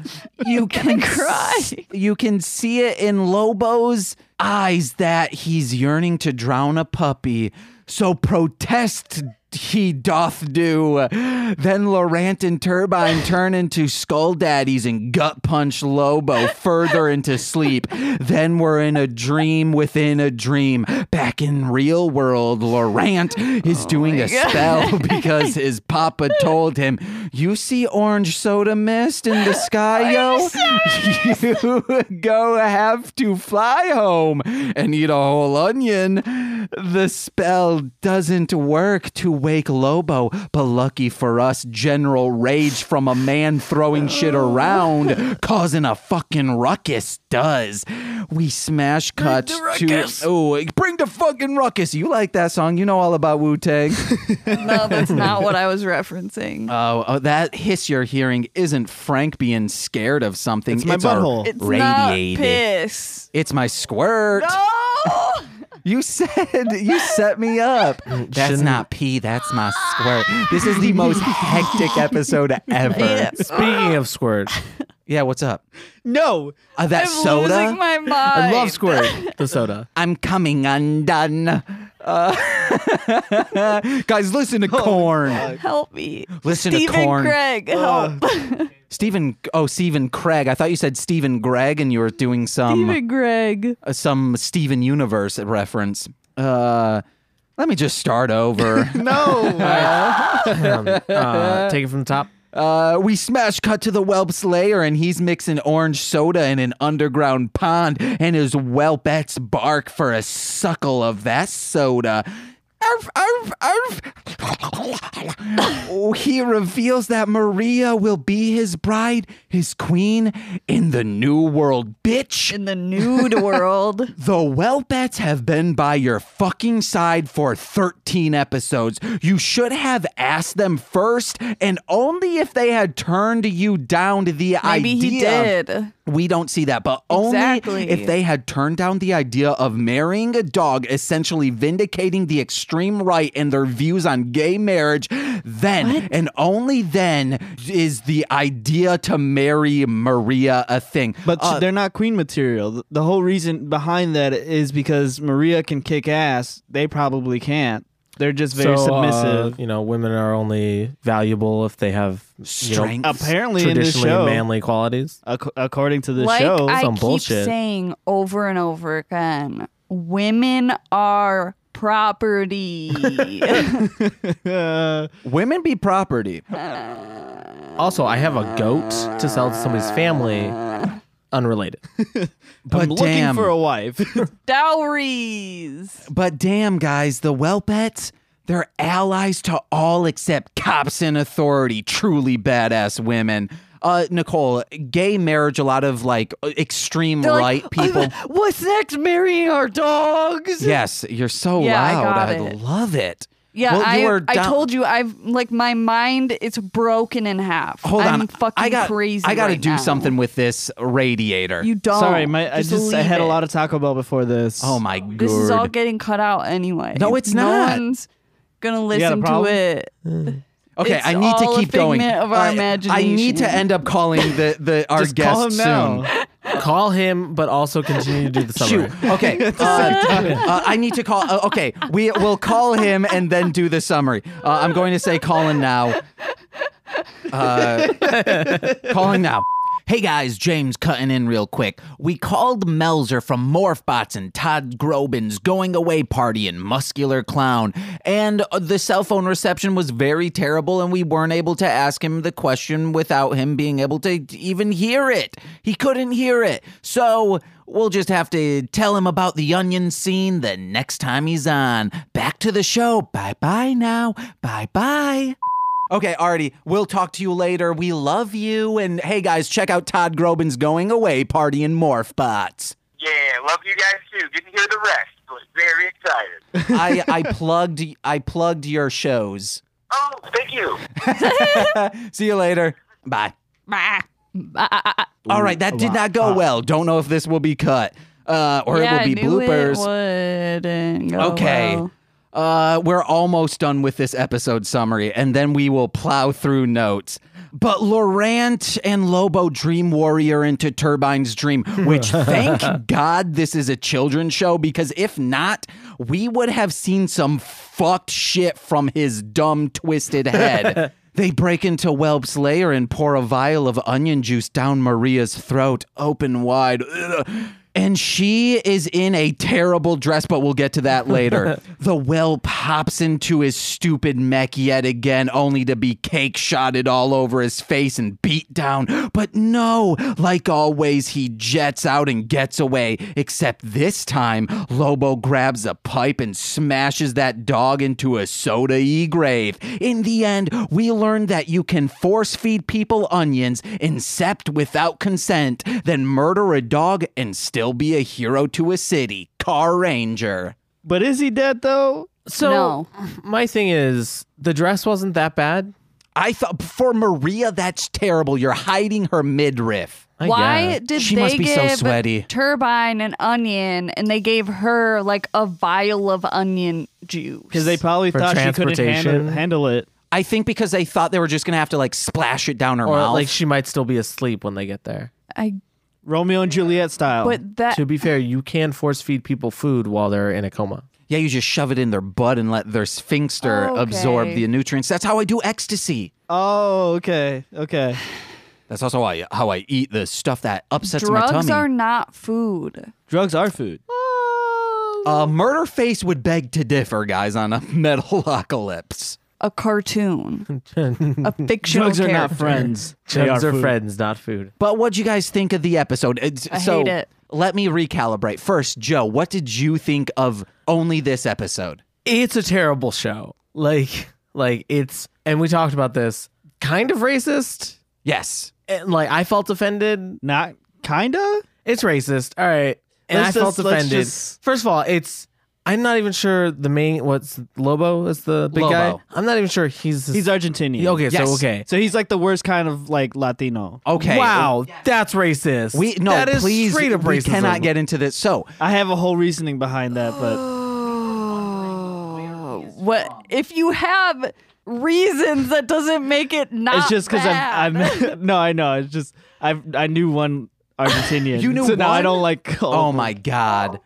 [SPEAKER 1] You can
[SPEAKER 5] cry.
[SPEAKER 1] s- you can see it in Lobo's eyes that he's yearning to drown a puppy. So protest he doth do. Then Laurent and Turbine turn into skull daddies and gut punch Lobo further into sleep. Then we're in a dream within a dream. Back in real world, Laurent is doing a spell because his papa told him, You see orange soda mist in the sky, yo? *laughs* You go have to fly home and eat a whole onion. The spell doesn't work to wake Lobo, but lucky for us, general rage from a man throwing shit around, causing a fucking ruckus does. We smash cuts to. Oh, bring the fucking ruckus. You like that song. You know all about Wu Tang.
[SPEAKER 5] no,
[SPEAKER 1] *laughs*
[SPEAKER 5] that's not what I was referencing.
[SPEAKER 1] oh, oh, that hiss you're hearing isn't Frank being scared of something.
[SPEAKER 4] It's my
[SPEAKER 1] our
[SPEAKER 4] butthole.
[SPEAKER 5] it's
[SPEAKER 1] radiated.
[SPEAKER 5] not piss.
[SPEAKER 1] It's my squirt. *laughs*
[SPEAKER 5] No.
[SPEAKER 1] You said you set me
[SPEAKER 4] *laughs*
[SPEAKER 1] up. That's not pee. That's my squirt. This is the most
[SPEAKER 5] *laughs*
[SPEAKER 1] hectic episode ever. Yeah.
[SPEAKER 3] Speaking of squirt,
[SPEAKER 1] what's up?
[SPEAKER 4] no.
[SPEAKER 1] Uh, that
[SPEAKER 5] I'm
[SPEAKER 1] soda.
[SPEAKER 5] losing my mind.
[SPEAKER 3] I love squirt. The soda.
[SPEAKER 1] I'm coming undone. Uh, *laughs* guys, listen to Corn.
[SPEAKER 5] Help me.
[SPEAKER 1] Listen to Uh,
[SPEAKER 5] Stephen
[SPEAKER 1] Korn.
[SPEAKER 5] Craig, help.
[SPEAKER 1] Stephen. Oh, Stephen Craig. I thought you said Stephen Gregg, and you were doing some
[SPEAKER 5] Stephen Craig.
[SPEAKER 1] uh, some Steven Universe reference. Uh, let me just start over.
[SPEAKER 4] *laughs* No.
[SPEAKER 3] Um, uh, take it from the top.
[SPEAKER 1] Uh, we smash cut to the whelp's lair, and he's mixing orange soda in an underground pond, and his whelpettes bark for a suckle of that soda. Arf, arf, arf. oh, he reveals that Maria will be his bride, his queen, in the new world, bitch.
[SPEAKER 5] In the nude
[SPEAKER 1] *laughs*
[SPEAKER 5] world.
[SPEAKER 1] The Whelpettes have been by your fucking side for 13 episodes. You should have asked them first, and only if they had turned you down to the
[SPEAKER 5] Maybe
[SPEAKER 1] idea.
[SPEAKER 5] he did.
[SPEAKER 1] We don't see that, but only
[SPEAKER 5] Exactly.
[SPEAKER 1] if they had turned down the idea of marrying a dog, essentially vindicating the extreme right and their views on gay marriage, then and only then is the idea to marry Maria a thing.
[SPEAKER 4] But
[SPEAKER 1] Uh,
[SPEAKER 4] they're not queen material. The- The whole reason behind that is because Maria can kick ass. They probably can't. They're just very
[SPEAKER 3] So, uh,
[SPEAKER 4] submissive.
[SPEAKER 3] you know, women are only valuable if they have you know,
[SPEAKER 1] strength.
[SPEAKER 4] Apparently, in this
[SPEAKER 3] traditionally
[SPEAKER 4] show,
[SPEAKER 3] manly qualities.
[SPEAKER 4] ac- according to the
[SPEAKER 5] like
[SPEAKER 4] show,
[SPEAKER 5] I
[SPEAKER 3] some
[SPEAKER 5] keep
[SPEAKER 3] bullshit.
[SPEAKER 5] saying over and over again, women are
[SPEAKER 1] *laughs*
[SPEAKER 5] property.
[SPEAKER 4] uh,
[SPEAKER 1] Women be property.
[SPEAKER 3] Also, I have a goat to sell to somebody's family. Unrelated.
[SPEAKER 1] But
[SPEAKER 4] I'm looking
[SPEAKER 1] damn.
[SPEAKER 4] for a wife. *laughs*
[SPEAKER 5] Dowries.
[SPEAKER 1] But damn, guys, the Whelpettes, They're allies to all except cops in authority, truly badass women. Uh, Nicole, gay marriage, a lot of like uh, extreme
[SPEAKER 2] They're
[SPEAKER 1] right
[SPEAKER 5] "Oh,
[SPEAKER 2] like,
[SPEAKER 5] *laughs*
[SPEAKER 1] people.
[SPEAKER 2] What's next? Marrying our dogs?
[SPEAKER 1] yes, you're so
[SPEAKER 5] Yeah, I
[SPEAKER 1] loud.
[SPEAKER 5] got
[SPEAKER 1] I,
[SPEAKER 5] it.
[SPEAKER 1] love it.
[SPEAKER 5] Yeah,
[SPEAKER 1] well, you are
[SPEAKER 5] I, I
[SPEAKER 1] down-
[SPEAKER 5] told you I've like my mind it's broken in half.
[SPEAKER 1] Hold
[SPEAKER 5] I'm
[SPEAKER 1] on,
[SPEAKER 5] fucking
[SPEAKER 1] I got
[SPEAKER 5] crazy.
[SPEAKER 1] I got to
[SPEAKER 5] right
[SPEAKER 1] do
[SPEAKER 5] now.
[SPEAKER 1] something with this radiator.
[SPEAKER 5] You don't.
[SPEAKER 4] Sorry, my, I just I
[SPEAKER 5] leave
[SPEAKER 4] had a
[SPEAKER 5] it.
[SPEAKER 4] lot of Taco Bell before this.
[SPEAKER 1] oh my god!
[SPEAKER 5] This is all getting cut out anyway.
[SPEAKER 1] No, it's
[SPEAKER 5] no
[SPEAKER 1] not.
[SPEAKER 5] one's gonna
[SPEAKER 4] got a
[SPEAKER 5] listen to
[SPEAKER 4] problem?
[SPEAKER 5] it.
[SPEAKER 1] Okay,
[SPEAKER 5] It's
[SPEAKER 1] I need
[SPEAKER 5] all
[SPEAKER 1] to
[SPEAKER 5] a
[SPEAKER 1] keep going.
[SPEAKER 5] figment of our
[SPEAKER 1] I- I need to
[SPEAKER 5] imagination.
[SPEAKER 1] end up calling the,
[SPEAKER 5] *laughs*
[SPEAKER 1] the our
[SPEAKER 4] Just
[SPEAKER 1] guest
[SPEAKER 4] call him
[SPEAKER 1] soon.
[SPEAKER 4] now.
[SPEAKER 3] Call him, but also continue to do the *laughs* summary.
[SPEAKER 1] Shoot. Okay. Uh, *laughs* uh, I need to call. Uh, okay. We will call him and then do the summary. Uh, I'm going to say Colin now. Uh, calling now. Hey guys, James cutting in real quick. We called Melzer from Morphbots and Todd Grobin's going away party in Muscular Clown, and uh, the cell phone reception was very terrible, and we weren't able to ask him the question without him being able to even hear it. He couldn't hear it. So we'll just have to tell him about the onion scene the next time he's on. Back to the show. Bye bye now. Bye bye. Okay, Artie, we'll talk to you later. We love you. And hey, guys, check out Todd Grobin's Going Away Party in Morphbots.
[SPEAKER 6] Yeah, love you guys too. Didn't hear the rest, but very excited.
[SPEAKER 1] *laughs* I, I plugged I plugged your shows. *laughs*
[SPEAKER 6] Oh, thank you.
[SPEAKER 1] See you later. Bye.
[SPEAKER 5] Bah. Bah.
[SPEAKER 1] All right, that did not go well. Don't know if this will be cut uh, or
[SPEAKER 5] yeah, I
[SPEAKER 1] it will be
[SPEAKER 5] knew
[SPEAKER 1] bloopers.
[SPEAKER 5] It wouldn't go
[SPEAKER 1] Okay.
[SPEAKER 5] well.
[SPEAKER 1] Uh, we're almost done with this episode summary, and then we will plow through notes. But Laurent and Lobo dream warrior into Turbine's dream, which thank God this is a children's show because if not, we would have seen some fucked shit from his dumb, twisted head. They break into Welp's lair and pour a vial of onion juice down Maria's throat, open wide. Ugh. And she is in a terrible dress, but we'll get to that later. the Welp hops into his stupid mech yet again, only to be cake shotted all over his face and beat down. But no, like always, he jets out and gets away, except this time, Lobo grabs a pipe and smashes that dog into a soda e grave. In the end, we learn that you can force feed people onions, incept without consent, then murder a dog and still be a hero to a city. Car Ranger.
[SPEAKER 4] But is he dead though?
[SPEAKER 3] So
[SPEAKER 5] No.
[SPEAKER 3] my thing is the dress wasn't that bad.
[SPEAKER 1] I thought for Maria, that's terrible. You're hiding her midriff.
[SPEAKER 3] I
[SPEAKER 5] Why
[SPEAKER 3] guess.
[SPEAKER 5] did
[SPEAKER 1] She
[SPEAKER 5] they
[SPEAKER 1] must be so
[SPEAKER 5] give
[SPEAKER 1] sweaty.
[SPEAKER 5] Turbine an onion, and they gave her like a vial of onion juice?
[SPEAKER 4] Because they probably
[SPEAKER 3] For
[SPEAKER 4] thought she couldn't handle,
[SPEAKER 3] transportation.
[SPEAKER 4] handle it.
[SPEAKER 1] I think because they thought they were just gonna have to like splash it down her
[SPEAKER 3] Or
[SPEAKER 1] mouth.
[SPEAKER 3] like she might still be asleep when they get there.
[SPEAKER 5] I
[SPEAKER 4] Romeo and Juliet style.
[SPEAKER 5] but that
[SPEAKER 3] To be fair, you can force feed people food while they're in a coma.
[SPEAKER 1] yeah, you just shove it in their butt and let their
[SPEAKER 3] Oh,
[SPEAKER 1] sphincter
[SPEAKER 5] Okay.
[SPEAKER 1] absorb the nutrients. That's how I do ecstasy.
[SPEAKER 4] oh, okay, okay.
[SPEAKER 1] That's also how I, how I eat the stuff that upsets my
[SPEAKER 5] drugs
[SPEAKER 1] tummy.
[SPEAKER 5] are not food.
[SPEAKER 4] Drugs are food.
[SPEAKER 1] uh, Murderface would beg to differ, guys, on a *laughs* metalocalypse.
[SPEAKER 5] A cartoon, a fictional
[SPEAKER 4] Drugs are not
[SPEAKER 5] character.
[SPEAKER 4] friends. They
[SPEAKER 3] Chugs are,
[SPEAKER 4] food.
[SPEAKER 3] friends, not food.
[SPEAKER 1] But what'd you guys think of the episode? It's-
[SPEAKER 5] I
[SPEAKER 1] so
[SPEAKER 5] hate it.
[SPEAKER 1] Let me recalibrate. First, Joe, what did you think of only this episode?
[SPEAKER 3] It's a terrible show. Like, like it's, and we talked about this, kind of racist.
[SPEAKER 1] Yes.
[SPEAKER 3] And like, I felt offended.
[SPEAKER 4] Not kinda.
[SPEAKER 3] It's racist. All right. And
[SPEAKER 4] Let's
[SPEAKER 3] I felt
[SPEAKER 4] just- let's
[SPEAKER 3] offended.
[SPEAKER 4] just-
[SPEAKER 3] First of all, it's, I'm not even sure the main, what's Lobo is the big guy.
[SPEAKER 1] Lobo.
[SPEAKER 3] I'm not even sure he's,
[SPEAKER 4] He's Argentinian.
[SPEAKER 3] okay.
[SPEAKER 1] Yes.
[SPEAKER 3] So, okay.
[SPEAKER 4] So he's like the worst kind of like Latino.
[SPEAKER 1] Okay.
[SPEAKER 3] Wow, that's racist.
[SPEAKER 1] We no,
[SPEAKER 3] that is
[SPEAKER 1] please.
[SPEAKER 3] straight up
[SPEAKER 1] we
[SPEAKER 3] racism.
[SPEAKER 1] cannot get into this. So
[SPEAKER 4] I have a whole reasoning behind that,
[SPEAKER 5] *gasps*
[SPEAKER 4] but
[SPEAKER 5] Oh, *sighs* what if you have reasons that doesn't make it not?
[SPEAKER 4] it's just because
[SPEAKER 5] because
[SPEAKER 4] I'm, I'm *laughs* no, I know. It's just I I knew one Argentinian.
[SPEAKER 1] You knew
[SPEAKER 4] so now I
[SPEAKER 1] one?
[SPEAKER 4] don't like. *laughs*
[SPEAKER 1] Oh my God.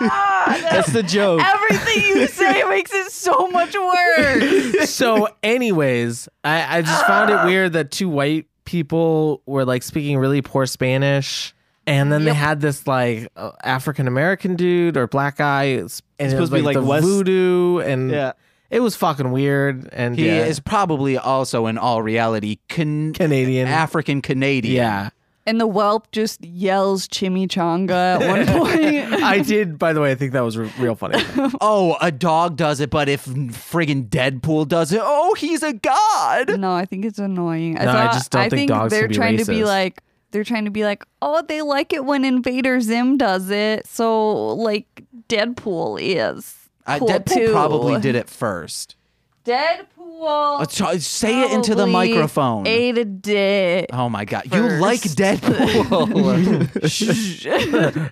[SPEAKER 5] *laughs*
[SPEAKER 4] That's the joke.
[SPEAKER 5] Everything you say makes it so much worse.
[SPEAKER 3] so, anyways, I, I just found
[SPEAKER 4] *gasps*
[SPEAKER 3] it weird that two white people were like speaking really poor Spanish, and then they had this like uh, African American dude or black guy, and it's it was
[SPEAKER 4] supposed to be, like,
[SPEAKER 3] the
[SPEAKER 4] West-
[SPEAKER 3] voodoo, and
[SPEAKER 4] Yeah.
[SPEAKER 3] it was fucking weird. And
[SPEAKER 1] He
[SPEAKER 3] yeah,
[SPEAKER 1] is probably also in all reality can-
[SPEAKER 3] Canadian.
[SPEAKER 1] African Canadian.
[SPEAKER 4] *laughs*
[SPEAKER 3] yeah,
[SPEAKER 5] And the whelp just yells chimichanga at one
[SPEAKER 3] *laughs*
[SPEAKER 5] point.
[SPEAKER 3] I did, by the way, I think that was re- real
[SPEAKER 4] *laughs*
[SPEAKER 3] funny. *laughs*
[SPEAKER 1] Oh, a dog does it, but if friggin' Deadpool does it, oh, he's a god.
[SPEAKER 5] no, I think it's annoying. I,
[SPEAKER 3] No, I
[SPEAKER 5] thought,
[SPEAKER 3] just don't
[SPEAKER 5] I
[SPEAKER 3] think
[SPEAKER 5] think
[SPEAKER 3] dogs
[SPEAKER 5] they're
[SPEAKER 3] can be
[SPEAKER 5] trying to be
[SPEAKER 3] racist.
[SPEAKER 5] like they're trying to be like, oh, they like it when Invader Zim does it, so like Deadpool is.
[SPEAKER 1] Uh,
[SPEAKER 5] cool
[SPEAKER 1] Deadpool
[SPEAKER 5] too.
[SPEAKER 1] probably did it first.
[SPEAKER 5] Deadpool.
[SPEAKER 1] Uh, try- say it into the
[SPEAKER 5] probably
[SPEAKER 1] microphone.
[SPEAKER 5] Ate a dick.
[SPEAKER 1] Oh my god, you like
[SPEAKER 5] first. *laughs*
[SPEAKER 1] Deadpool.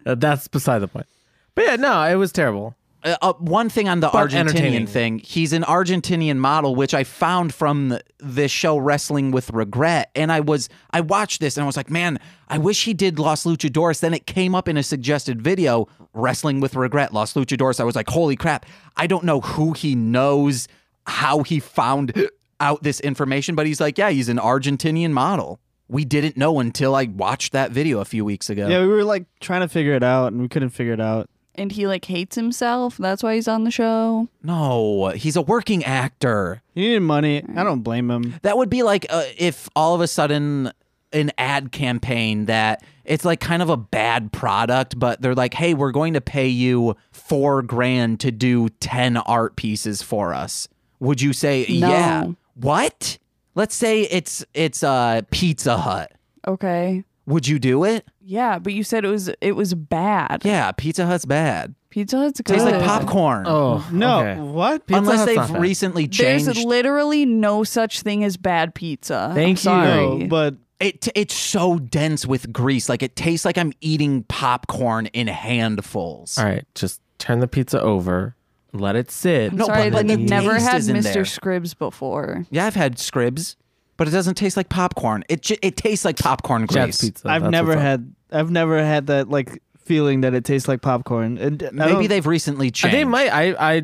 [SPEAKER 3] Uh, That's beside the point. But yeah, no, it was terrible.
[SPEAKER 1] uh, uh, one thing on the
[SPEAKER 3] But
[SPEAKER 1] Argentinian
[SPEAKER 3] entertaining.
[SPEAKER 1] thing, he's an Argentinian model, which I found from the, the show Wrestling with Regret, and I was I watched this and I was like, man, I wish he did Los Luchadores. Then it came up in a suggested video, Wrestling with Regret, Los Luchadores. I was like, holy crap! I don't know who he knows, how he found out this information, but he's like, yeah, he's an Argentinian model. We didn't know until I watched that video a few weeks ago.
[SPEAKER 4] Yeah, we were like trying to figure it out and we couldn't figure it out.
[SPEAKER 5] And he like hates himself. That's why he's on the show.
[SPEAKER 1] No, he's a working actor.
[SPEAKER 4] He needed money. I don't blame him.
[SPEAKER 1] That would be like uh, if all of a sudden an ad campaign that it's like kind of a bad product, but they're like, hey, we're going to pay you four grand to do 10 art pieces for us. Would you say,
[SPEAKER 5] No.
[SPEAKER 1] yeah? What? Let's say it's it's uh, Pizza Hut.
[SPEAKER 5] Okay.
[SPEAKER 1] Would you do it?
[SPEAKER 2] Yeah, but you said it was it was bad.
[SPEAKER 1] Yeah, Pizza Hut's bad.
[SPEAKER 5] Pizza Hut's good.
[SPEAKER 1] Tastes like popcorn.
[SPEAKER 3] Oh
[SPEAKER 4] No,
[SPEAKER 3] okay.
[SPEAKER 4] what?
[SPEAKER 3] Pizza
[SPEAKER 1] Unless
[SPEAKER 3] Hut's
[SPEAKER 1] they've
[SPEAKER 3] not bad.
[SPEAKER 1] recently
[SPEAKER 5] There's
[SPEAKER 1] changed.
[SPEAKER 5] literally no such thing as bad pizza.
[SPEAKER 3] Thank
[SPEAKER 5] I'm Sorry.
[SPEAKER 3] you.
[SPEAKER 4] No, but
[SPEAKER 1] It it's so dense with grease, like it tastes like I'm eating popcorn in handfuls.
[SPEAKER 3] All right, just turn the pizza over, let it sit.
[SPEAKER 5] I'm
[SPEAKER 1] No,
[SPEAKER 5] sorry
[SPEAKER 1] but
[SPEAKER 5] that
[SPEAKER 1] the
[SPEAKER 5] you've never
[SPEAKER 1] taste
[SPEAKER 5] had
[SPEAKER 1] is in
[SPEAKER 5] Mr.
[SPEAKER 1] there.
[SPEAKER 5] Scribbs before.
[SPEAKER 1] Yeah, I've had Scribs, but it doesn't taste like popcorn. It ju- it tastes like popcorn
[SPEAKER 3] Jets
[SPEAKER 1] grease.
[SPEAKER 3] pizza.
[SPEAKER 4] I've
[SPEAKER 3] that's
[SPEAKER 4] never
[SPEAKER 3] what's up.
[SPEAKER 4] had I've never had that like feeling that it tastes like popcorn. And uh, I
[SPEAKER 1] Maybe
[SPEAKER 4] don't-
[SPEAKER 1] they've recently changed.
[SPEAKER 3] They might. I I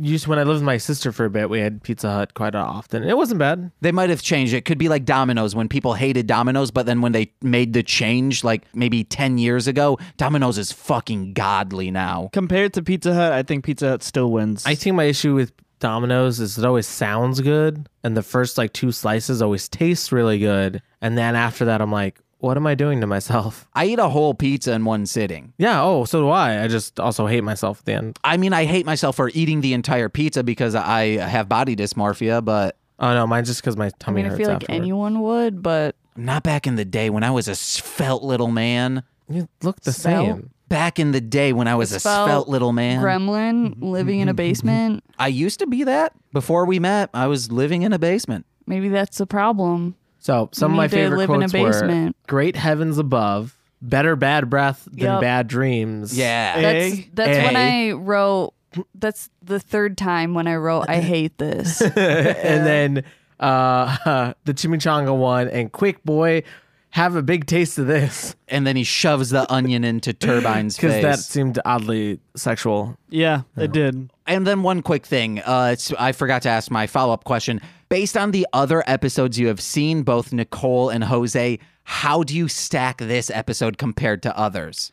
[SPEAKER 3] used when I lived with my sister for a bit. We had Pizza Hut quite often. It wasn't bad.
[SPEAKER 1] They might have changed. It could be like Domino's when people hated Domino's, but then when they made the change, like maybe ten years ago, Domino's is fucking godly now.
[SPEAKER 4] compared to Pizza Hut, I think Pizza Hut still wins.
[SPEAKER 3] I think my issue with Domino's is it always sounds good, and the first like two slices always taste really good, and then after that, I'm like, what am I doing to myself? *laughs*
[SPEAKER 1] I eat a whole pizza in one sitting.
[SPEAKER 3] Yeah. Oh, so do I. I just also hate myself at the end.
[SPEAKER 1] I mean, I hate myself for eating the entire pizza because I have body dysmorphia, but
[SPEAKER 3] Oh no, mine's just because my
[SPEAKER 5] I
[SPEAKER 3] tummy
[SPEAKER 5] mean, I
[SPEAKER 3] hurts.
[SPEAKER 5] feel like
[SPEAKER 3] afterward.
[SPEAKER 5] anyone would, but
[SPEAKER 1] not back in the day when I was a svelte little man.
[SPEAKER 3] You look the
[SPEAKER 5] Spell.
[SPEAKER 3] same.
[SPEAKER 1] Back in the day when I was a
[SPEAKER 5] Svelte,
[SPEAKER 1] svelte little man.
[SPEAKER 5] gremlin living in a basement.
[SPEAKER 1] I used to be that before we met. I was living in a basement.
[SPEAKER 5] Maybe that's the problem.
[SPEAKER 3] So some of my
[SPEAKER 5] need to
[SPEAKER 3] favorite
[SPEAKER 5] live in a
[SPEAKER 3] quotes were
[SPEAKER 5] basement.
[SPEAKER 3] "Great heavens above, better bad breath than
[SPEAKER 5] Yup.
[SPEAKER 3] bad dreams."
[SPEAKER 1] Yeah.
[SPEAKER 5] That's
[SPEAKER 4] A.
[SPEAKER 5] that's when I
[SPEAKER 3] A.
[SPEAKER 5] wrote. That's the third time when I wrote. I hate this.
[SPEAKER 3] and then uh, *laughs* the chimichanga one and quick boy, have a big taste of this *laughs*
[SPEAKER 1] and then he shoves the onion into Turbine's
[SPEAKER 3] because
[SPEAKER 1] face.
[SPEAKER 3] that seemed oddly sexual.
[SPEAKER 4] yeah, it did.
[SPEAKER 1] and then one quick thing, uh, it's, I forgot to ask my follow up question. Based on the other episodes you have seen, both Nicole and Jose, how do you stack this episode compared to others?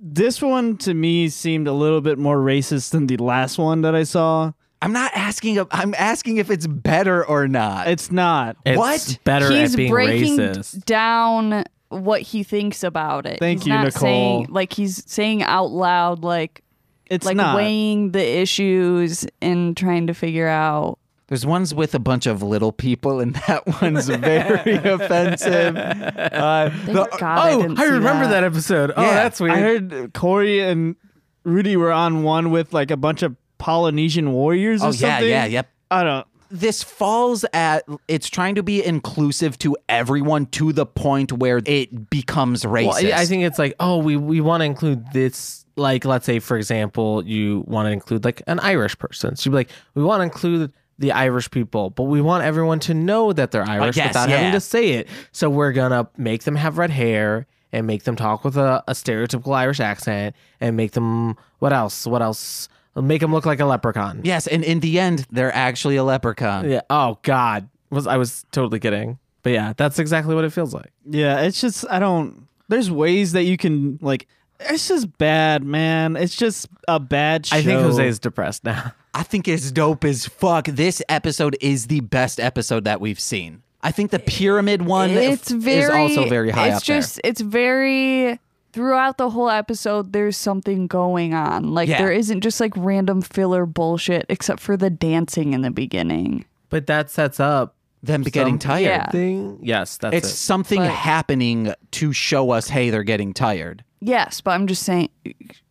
[SPEAKER 4] This one to me seemed a little bit more racist than the last one that I saw.
[SPEAKER 1] I'm not asking. i I'm asking if it's better or not.
[SPEAKER 4] It's not.
[SPEAKER 3] It's
[SPEAKER 1] What?
[SPEAKER 3] better
[SPEAKER 5] He's
[SPEAKER 3] at being
[SPEAKER 5] breaking d-
[SPEAKER 3] racist?
[SPEAKER 5] down what he thinks about it.
[SPEAKER 4] Thank
[SPEAKER 5] He's
[SPEAKER 4] you,
[SPEAKER 5] not
[SPEAKER 4] Nicole.
[SPEAKER 5] Saying, like he's saying out loud, like
[SPEAKER 4] It's
[SPEAKER 5] like
[SPEAKER 4] not.
[SPEAKER 5] weighing the issues and trying to figure out.
[SPEAKER 1] There's ones with a bunch of little people, and that *laughs* one's very offensive. Uh,
[SPEAKER 5] Thank God I
[SPEAKER 3] oh,
[SPEAKER 5] didn't
[SPEAKER 3] I,
[SPEAKER 5] see
[SPEAKER 3] remember that, episode. Oh,
[SPEAKER 1] Yeah,
[SPEAKER 3] that's weird.
[SPEAKER 4] I heard Corey and Rudy were on one with like a bunch of Polynesian warriors or
[SPEAKER 1] oh yeah,
[SPEAKER 4] something.
[SPEAKER 1] yeah, yep.
[SPEAKER 4] I don't.
[SPEAKER 1] this falls at it's trying to be inclusive to everyone to the point where it becomes racist.
[SPEAKER 3] Well, I- I think it's like, oh, we, we want to include this. Like, let's say, for example, you want to include like an Irish person. So you'd be like, we want to include the Irish people, but we want everyone to know that they're Irish
[SPEAKER 1] yes,
[SPEAKER 3] without
[SPEAKER 1] yeah.
[SPEAKER 3] having to say it. So we're going to make them have red hair and make them talk with a, a stereotypical Irish accent and make them, what else? What else? Make them look like a leprechaun.
[SPEAKER 1] yes, and in the end, they're actually a leprechaun.
[SPEAKER 3] Yeah. Oh, God. Was I was totally kidding. But yeah, that's exactly what it feels like.
[SPEAKER 4] Yeah, it's just I don't. There's ways that you can like. It's just bad, man. It's just a bad show.
[SPEAKER 3] I think Jose's depressed now. *laughs*
[SPEAKER 1] I think it's dope as fuck. This episode is the best episode that we've seen. I think the pyramid one
[SPEAKER 5] it's
[SPEAKER 1] f-
[SPEAKER 5] very
[SPEAKER 1] is also very high
[SPEAKER 5] it's
[SPEAKER 1] up there.
[SPEAKER 5] just it's very throughout the whole episode there's something going on like
[SPEAKER 1] Yeah.
[SPEAKER 5] there isn't just like random filler bullshit except for the dancing in the beginning
[SPEAKER 3] But that sets up
[SPEAKER 1] Them getting
[SPEAKER 3] some
[SPEAKER 1] tired.
[SPEAKER 5] Yeah.
[SPEAKER 3] thing. Yes, that's
[SPEAKER 1] It's
[SPEAKER 3] it.
[SPEAKER 1] something
[SPEAKER 5] But-
[SPEAKER 1] happening to show us, hey, they're getting tired.
[SPEAKER 5] yes but i'm just saying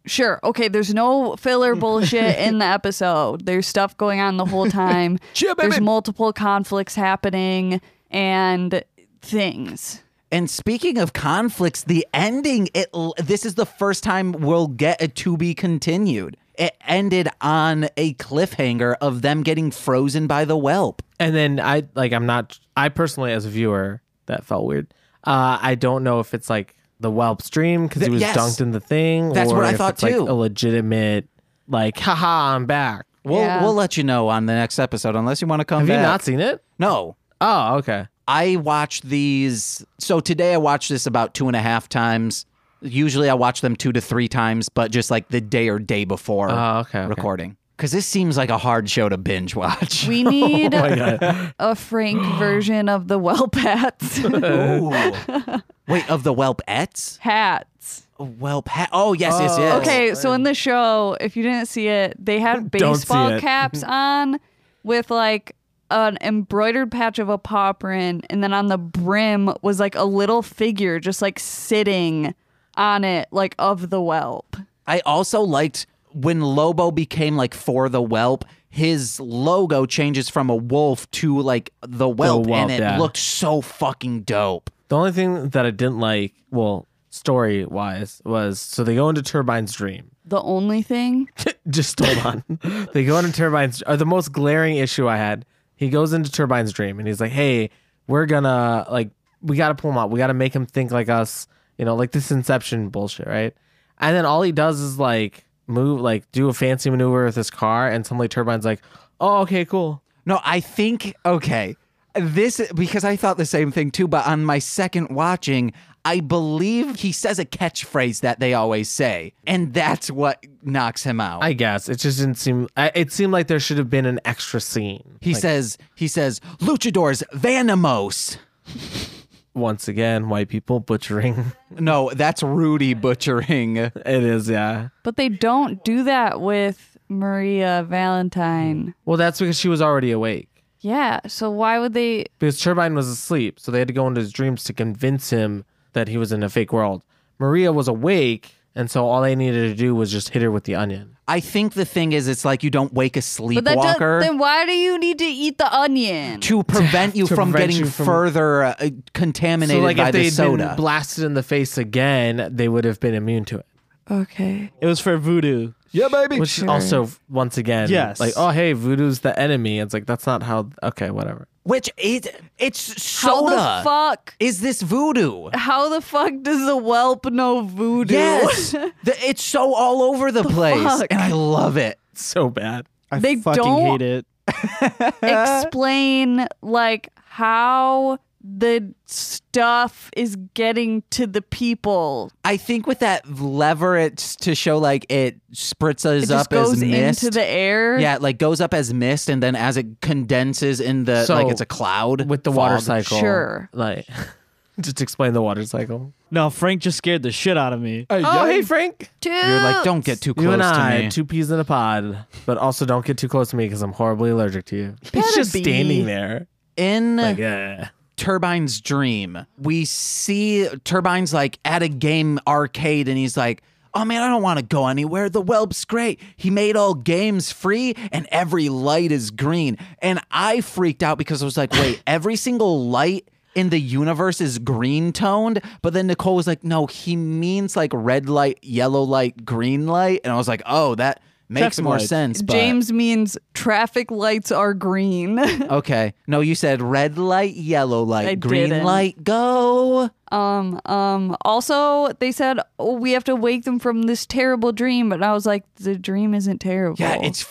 [SPEAKER 5] sure okay there's no
[SPEAKER 1] *laughs*
[SPEAKER 5] filler bullshit in the episode there's stuff going on the whole time there's multiple conflicts happening and things
[SPEAKER 1] And speaking of conflicts, the ending it l- this is the first time we'll get a to be continued. It ended on a cliffhanger of them getting frozen by the whelp.
[SPEAKER 3] And then I like I'm not I personally as a viewer that felt weird. Uh, I don't know if it's like the whelp's dream because he
[SPEAKER 1] Th-
[SPEAKER 3] was
[SPEAKER 1] yes.
[SPEAKER 3] dunked in the thing.
[SPEAKER 1] That's
[SPEAKER 3] or
[SPEAKER 1] what I
[SPEAKER 3] if
[SPEAKER 1] thought
[SPEAKER 3] it's, like,
[SPEAKER 1] too.
[SPEAKER 3] a legitimate like haha I'm back.
[SPEAKER 1] We'll
[SPEAKER 5] Yeah.
[SPEAKER 1] we'll let you know on the next episode unless you want to come
[SPEAKER 3] Have
[SPEAKER 1] back.
[SPEAKER 3] you not seen it?
[SPEAKER 1] no.
[SPEAKER 3] Oh okay.
[SPEAKER 1] I watch these. So today I watched this about two and a half times. Usually I watch them two to three times, but just like the day or day before
[SPEAKER 3] Oh okay. okay.
[SPEAKER 1] recording. Because this seems like a hard show to binge watch. *laughs*
[SPEAKER 5] we need
[SPEAKER 1] Oh
[SPEAKER 5] a frank version of the well pats
[SPEAKER 1] *laughs* Ooh. Wait, of the Whelpettes?
[SPEAKER 5] hats
[SPEAKER 1] Whelp hat. Oh, yes, yes, yes.
[SPEAKER 5] Okay, so in the show, if you didn't see it, they had
[SPEAKER 3] Don't see
[SPEAKER 5] baseball
[SPEAKER 3] it.
[SPEAKER 5] caps on with like an embroidered patch of a paw print, and then on the brim was like a little figure just like sitting on it, like of the whelp.
[SPEAKER 1] I also liked when Lobo became like for the whelp. His logo changes from a wolf to like the whelp,
[SPEAKER 3] whelp,
[SPEAKER 1] and it
[SPEAKER 3] yeah.
[SPEAKER 1] looked so fucking dope.
[SPEAKER 3] The only thing that I didn't like, well, story wise, was so they go into Turbine's dream.
[SPEAKER 5] The only thing,
[SPEAKER 3] Just hold on. they go into Turbine's or the most glaring issue I had. He goes into Turbine's dream and he's like, "Hey, we're gonna like we gotta pull him out. We gotta make him think like us. You know, like this Inception bullshit, right?" And then all he does is like move, like do a fancy maneuver with his car, and suddenly Turbine's like, "Oh, okay, cool."
[SPEAKER 1] No, I think okay. This because I thought the same thing too, but on my second watching, I believe he says a catchphrase that they always say, and that's what knocks him out.
[SPEAKER 3] I guess it just didn't seem. I- It seemed like there should have been an extra scene.
[SPEAKER 1] he
[SPEAKER 3] Like,
[SPEAKER 1] says he says luchadors Vanimos.
[SPEAKER 3] once again, white people butchering. *laughs*
[SPEAKER 1] No, that's Rudy butchering.
[SPEAKER 3] It is, yeah.
[SPEAKER 5] but they don't do that with Maria Valentine.
[SPEAKER 3] Well, that's because she was already awake.
[SPEAKER 5] Yeah, so why would they?
[SPEAKER 3] Because Turbine was asleep, so they had to go into his dreams to convince him that he was in a fake world. Maria was awake, and so all they needed to do was just hit her with the onion.
[SPEAKER 1] I think the thing is, it's like you don't wake a
[SPEAKER 5] But that does,
[SPEAKER 1] sleepwalker
[SPEAKER 5] then why do you need to eat the onion?
[SPEAKER 1] to prevent you
[SPEAKER 3] *laughs* To
[SPEAKER 1] from
[SPEAKER 3] prevent
[SPEAKER 1] getting
[SPEAKER 3] you from-
[SPEAKER 1] further uh,
[SPEAKER 3] So,
[SPEAKER 1] contaminated
[SPEAKER 3] like,
[SPEAKER 1] by
[SPEAKER 3] if
[SPEAKER 1] the
[SPEAKER 3] they'd
[SPEAKER 1] soda.
[SPEAKER 3] been blasted in the face again, they would have been immune to it.
[SPEAKER 5] Okay.
[SPEAKER 4] It was for voodoo. Yeah, baby.
[SPEAKER 3] Which
[SPEAKER 5] Sure.
[SPEAKER 3] also, once again,
[SPEAKER 4] Yes.
[SPEAKER 3] like, oh, hey, voodoo's the enemy. It's like, that's not how. Okay, whatever.
[SPEAKER 1] Which it it's
[SPEAKER 5] How
[SPEAKER 1] soda.
[SPEAKER 5] the fuck?
[SPEAKER 1] is this
[SPEAKER 5] *laughs*
[SPEAKER 1] voodoo?
[SPEAKER 5] how the fuck does the whelp know voodoo?
[SPEAKER 1] Yes, The- it's so all over the, place,
[SPEAKER 5] fuck?
[SPEAKER 1] and I love it.
[SPEAKER 3] So bad.
[SPEAKER 4] I
[SPEAKER 5] They
[SPEAKER 4] fucking
[SPEAKER 5] don't-
[SPEAKER 4] hate it.
[SPEAKER 5] *laughs* Explain like how the stuff is getting to the people.
[SPEAKER 1] I think with that lever, it's to show like it spritzes
[SPEAKER 5] It
[SPEAKER 1] up
[SPEAKER 5] just goes
[SPEAKER 1] as mist.
[SPEAKER 5] into the air.
[SPEAKER 1] yeah, it, like goes up as mist, and then as it condenses in the like
[SPEAKER 3] So,
[SPEAKER 1] it's a cloud
[SPEAKER 3] With the water
[SPEAKER 1] fog.
[SPEAKER 3] cycle.
[SPEAKER 5] Sure.
[SPEAKER 3] Like, *laughs* just explain the water cycle.
[SPEAKER 4] No, Frank just scared the shit out of me.
[SPEAKER 3] Oh, hey, Frank.
[SPEAKER 1] You're like, don't get too close
[SPEAKER 3] you and I,
[SPEAKER 1] to me.
[SPEAKER 3] two peas in a pod, but also don't get too close to me because I'm horribly allergic to you. He's
[SPEAKER 5] Better
[SPEAKER 3] just
[SPEAKER 5] be.
[SPEAKER 3] standing there.
[SPEAKER 1] in
[SPEAKER 5] Eh.
[SPEAKER 3] Like, yeah.
[SPEAKER 1] Turbine's dream, we see Turbine's like at a game arcade and he's like, Oh man, I don't want to go anywhere. The whelp's great. He made all games free and every light is green. And I freaked out because I was like,
[SPEAKER 5] *laughs*
[SPEAKER 1] Wait, every single light in the universe is green toned. But then Nicole was like, No, he means like red light, yellow light, green light. And I was like, Oh, that makes
[SPEAKER 4] Traffic
[SPEAKER 1] more
[SPEAKER 4] lights.
[SPEAKER 1] sense. But,
[SPEAKER 5] James means traffic lights are green. *laughs*
[SPEAKER 1] Okay. No, you said red light, yellow light,
[SPEAKER 5] I
[SPEAKER 1] green
[SPEAKER 5] didn't.
[SPEAKER 1] light, go.
[SPEAKER 5] um, um, also, they said, oh, we have to wake them from this terrible dream. But I was like, the dream isn't terrible.
[SPEAKER 1] Yeah, it's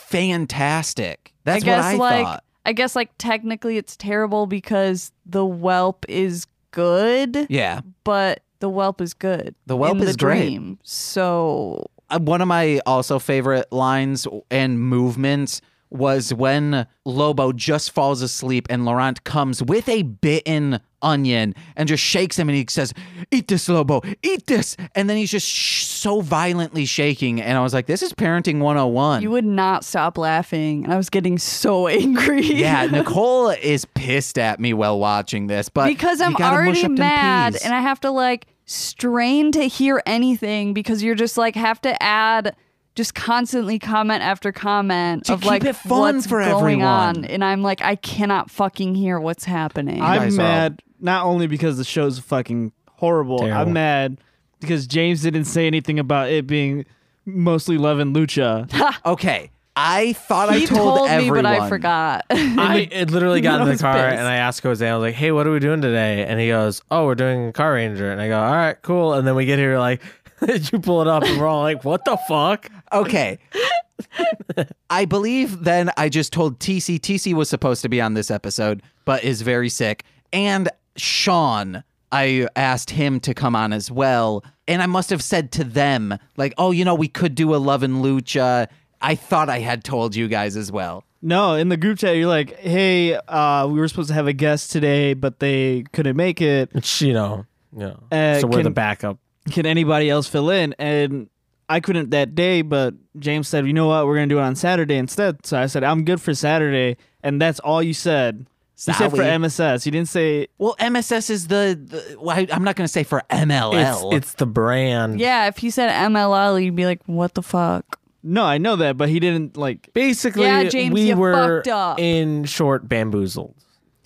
[SPEAKER 1] fantastic.
[SPEAKER 5] I
[SPEAKER 1] That's
[SPEAKER 5] guess
[SPEAKER 1] what I
[SPEAKER 5] like
[SPEAKER 1] thought.
[SPEAKER 5] I guess like technically it's terrible because the whelp is good,
[SPEAKER 1] Yeah.
[SPEAKER 5] but the whelp is good.
[SPEAKER 1] The whelp
[SPEAKER 5] in
[SPEAKER 1] is great.
[SPEAKER 5] dream. So
[SPEAKER 1] Uh, One of my also favorite lines and movements was when Lobo just falls asleep and Laurent comes with a bitten onion and just shakes him and he says, Eat this, Lobo, eat this. And then he's just sh- so violently shaking. And I was like, This is parenting 101.
[SPEAKER 5] You *laughs* would not stop laughing, and I was getting so *laughs* angry.
[SPEAKER 1] yeah, Nicole is pissed at me while watching this, but
[SPEAKER 5] *laughs* because
[SPEAKER 1] you
[SPEAKER 5] I'm
[SPEAKER 1] gotta mush
[SPEAKER 5] already
[SPEAKER 1] up them
[SPEAKER 5] mad
[SPEAKER 1] peas.
[SPEAKER 5] and I have to like strain to hear anything because you're just like have to add just constantly comment after comment
[SPEAKER 1] To
[SPEAKER 5] of
[SPEAKER 1] keep
[SPEAKER 5] like
[SPEAKER 1] it fun
[SPEAKER 5] what's
[SPEAKER 1] for
[SPEAKER 5] going on
[SPEAKER 1] everyone.
[SPEAKER 5] and I'm like I cannot fucking hear what's happening.
[SPEAKER 4] I'm
[SPEAKER 1] guys are all-
[SPEAKER 4] mad not only because the show's fucking horrible.
[SPEAKER 3] Terrible.
[SPEAKER 4] I'm mad because James didn't say anything about it being mostly love and lucha.
[SPEAKER 1] *laughs* okay, I thought
[SPEAKER 5] he
[SPEAKER 1] I told, everyone.
[SPEAKER 5] me, but I forgot. *laughs*
[SPEAKER 3] I it literally got in
[SPEAKER 5] I *laughs*
[SPEAKER 3] the
[SPEAKER 5] was
[SPEAKER 3] car
[SPEAKER 5] pissed.
[SPEAKER 3] and I asked Jose, I was like, hey, what are we doing today? And he goes, oh, we're doing Car Ranger. And I go, all right, cool. And then we get here, like, *laughs* you pull it up and we're all like, what the fuck?
[SPEAKER 1] Okay. I believe then I just told TC. TC was supposed to be on this episode, but is very sick. And Sean, I asked him to come on as well. And I must have said to them, like, oh, you know, we could do a Love and Lucha. I thought I had told you guys as well.
[SPEAKER 4] no, in the group chat, you're like, hey, uh, we were supposed to have a guest today, but they couldn't make
[SPEAKER 1] *laughs*
[SPEAKER 4] it.
[SPEAKER 3] Which, you know, yeah.
[SPEAKER 4] Uh,
[SPEAKER 3] so we're the
[SPEAKER 4] can-
[SPEAKER 3] backup.
[SPEAKER 4] Can anybody else fill in? And I couldn't that day, but James said, you know what? We're going to do it on Saturday instead. So I said, I'm good for Saturday. And that's all you said. You said for
[SPEAKER 1] Sorry.
[SPEAKER 4] MSS. You didn't say
[SPEAKER 1] Well, MSS is the, the well, I, I'm not going to say for
[SPEAKER 3] It's,
[SPEAKER 1] MLL.
[SPEAKER 3] it's the brand.
[SPEAKER 5] yeah, if you said MLL, you'd be like, "What the fuck?"
[SPEAKER 4] No, I know that, but he didn't like.
[SPEAKER 3] Basically,
[SPEAKER 5] Yeah, James,
[SPEAKER 3] we
[SPEAKER 5] you
[SPEAKER 3] were
[SPEAKER 5] fucked up.
[SPEAKER 3] in short bamboozled.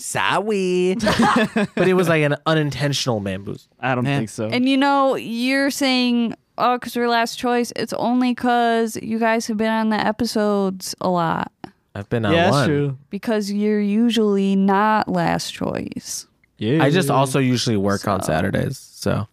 [SPEAKER 1] Sorry.
[SPEAKER 3] But it was like an unintentional bamboozle.
[SPEAKER 4] I don't
[SPEAKER 1] Yeah.
[SPEAKER 4] think so.
[SPEAKER 5] And you know, you're saying, "Oh, because we're last choice." It's only because you guys have been on the episodes a lot.
[SPEAKER 3] I've been on
[SPEAKER 4] yeah,
[SPEAKER 3] one.
[SPEAKER 4] that's true.
[SPEAKER 5] because you're usually not last choice.
[SPEAKER 4] Yeah.
[SPEAKER 3] I just also usually work on
[SPEAKER 5] So-
[SPEAKER 3] Saturdays. So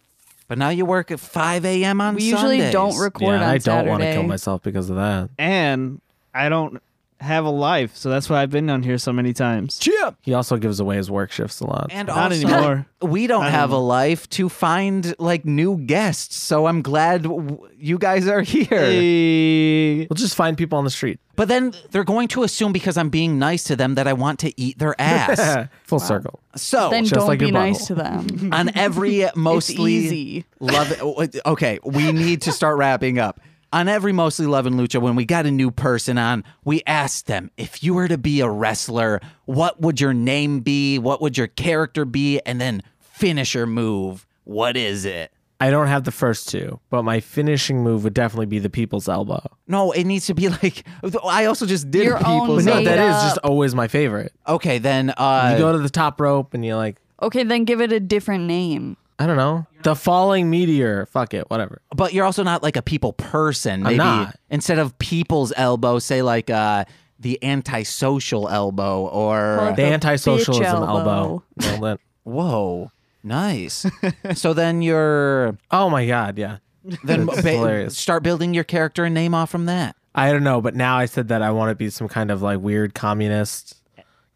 [SPEAKER 1] but now you work at 5 a.m. on
[SPEAKER 5] We usually don't
[SPEAKER 1] Sundays.
[SPEAKER 5] record
[SPEAKER 3] yeah, and
[SPEAKER 5] on
[SPEAKER 3] I don't want to
[SPEAKER 5] Saturday.
[SPEAKER 3] kill myself because of that.
[SPEAKER 4] and I don't have a life, so that's why I've been on here so many times.
[SPEAKER 3] He also gives away his work shifts a lot.
[SPEAKER 1] And
[SPEAKER 4] Not
[SPEAKER 1] also,
[SPEAKER 4] anymore.
[SPEAKER 1] we don't
[SPEAKER 4] Not
[SPEAKER 1] have a life to find like new guests. So I'm glad w- you guys are here.
[SPEAKER 4] Hey.
[SPEAKER 3] we'll just find people on the street.
[SPEAKER 1] But then they're going to assume because I'm being nice to them that I want to eat their
[SPEAKER 4] *laughs*
[SPEAKER 1] ass.
[SPEAKER 3] Full circle.
[SPEAKER 1] so
[SPEAKER 5] then
[SPEAKER 3] just
[SPEAKER 5] don't
[SPEAKER 3] like
[SPEAKER 5] be
[SPEAKER 3] your
[SPEAKER 5] nice
[SPEAKER 3] butthole.
[SPEAKER 5] to
[SPEAKER 3] *laughs*
[SPEAKER 5] them.
[SPEAKER 1] on
[SPEAKER 5] *laughs*
[SPEAKER 1] every mostly
[SPEAKER 5] easy.
[SPEAKER 1] love
[SPEAKER 5] *laughs*
[SPEAKER 1] okay we need to start wrapping up on every mostly love and lucha when we got a new person on we asked them if you were to be a wrestler what would your name be what would your character be and then finisher move what is it
[SPEAKER 3] I don't have the first two, but my finishing move would definitely be the people's elbow.
[SPEAKER 1] no it needs to be *laughs* like i also just did
[SPEAKER 5] Your own
[SPEAKER 1] people's
[SPEAKER 5] But
[SPEAKER 3] No,
[SPEAKER 5] Made
[SPEAKER 3] that is
[SPEAKER 5] up.
[SPEAKER 3] just always my favorite.
[SPEAKER 1] okay then
[SPEAKER 3] You
[SPEAKER 1] uh
[SPEAKER 3] go to the top rope and you're like,
[SPEAKER 5] Okay, then give it a different name.
[SPEAKER 3] I don't know, the falling meteor. Fuck it, whatever.
[SPEAKER 1] but you're also not like a people person. Maybe
[SPEAKER 3] not.
[SPEAKER 1] instead of people's elbow, say like uh, the antisocial elbow or
[SPEAKER 5] Well,
[SPEAKER 3] The
[SPEAKER 5] The
[SPEAKER 3] anti-socialism
[SPEAKER 5] bitch
[SPEAKER 3] elbow.
[SPEAKER 5] elbow.
[SPEAKER 3] Nailed it.
[SPEAKER 1] whoa,
[SPEAKER 5] *laughs*
[SPEAKER 1] nice. so then you're
[SPEAKER 3] Oh my god, yeah.
[SPEAKER 1] then
[SPEAKER 3] That's
[SPEAKER 1] ba-
[SPEAKER 3] hilarious.
[SPEAKER 1] start building your character and name off from that.
[SPEAKER 3] I don't know, but now I said that I want to be some kind of like weird communist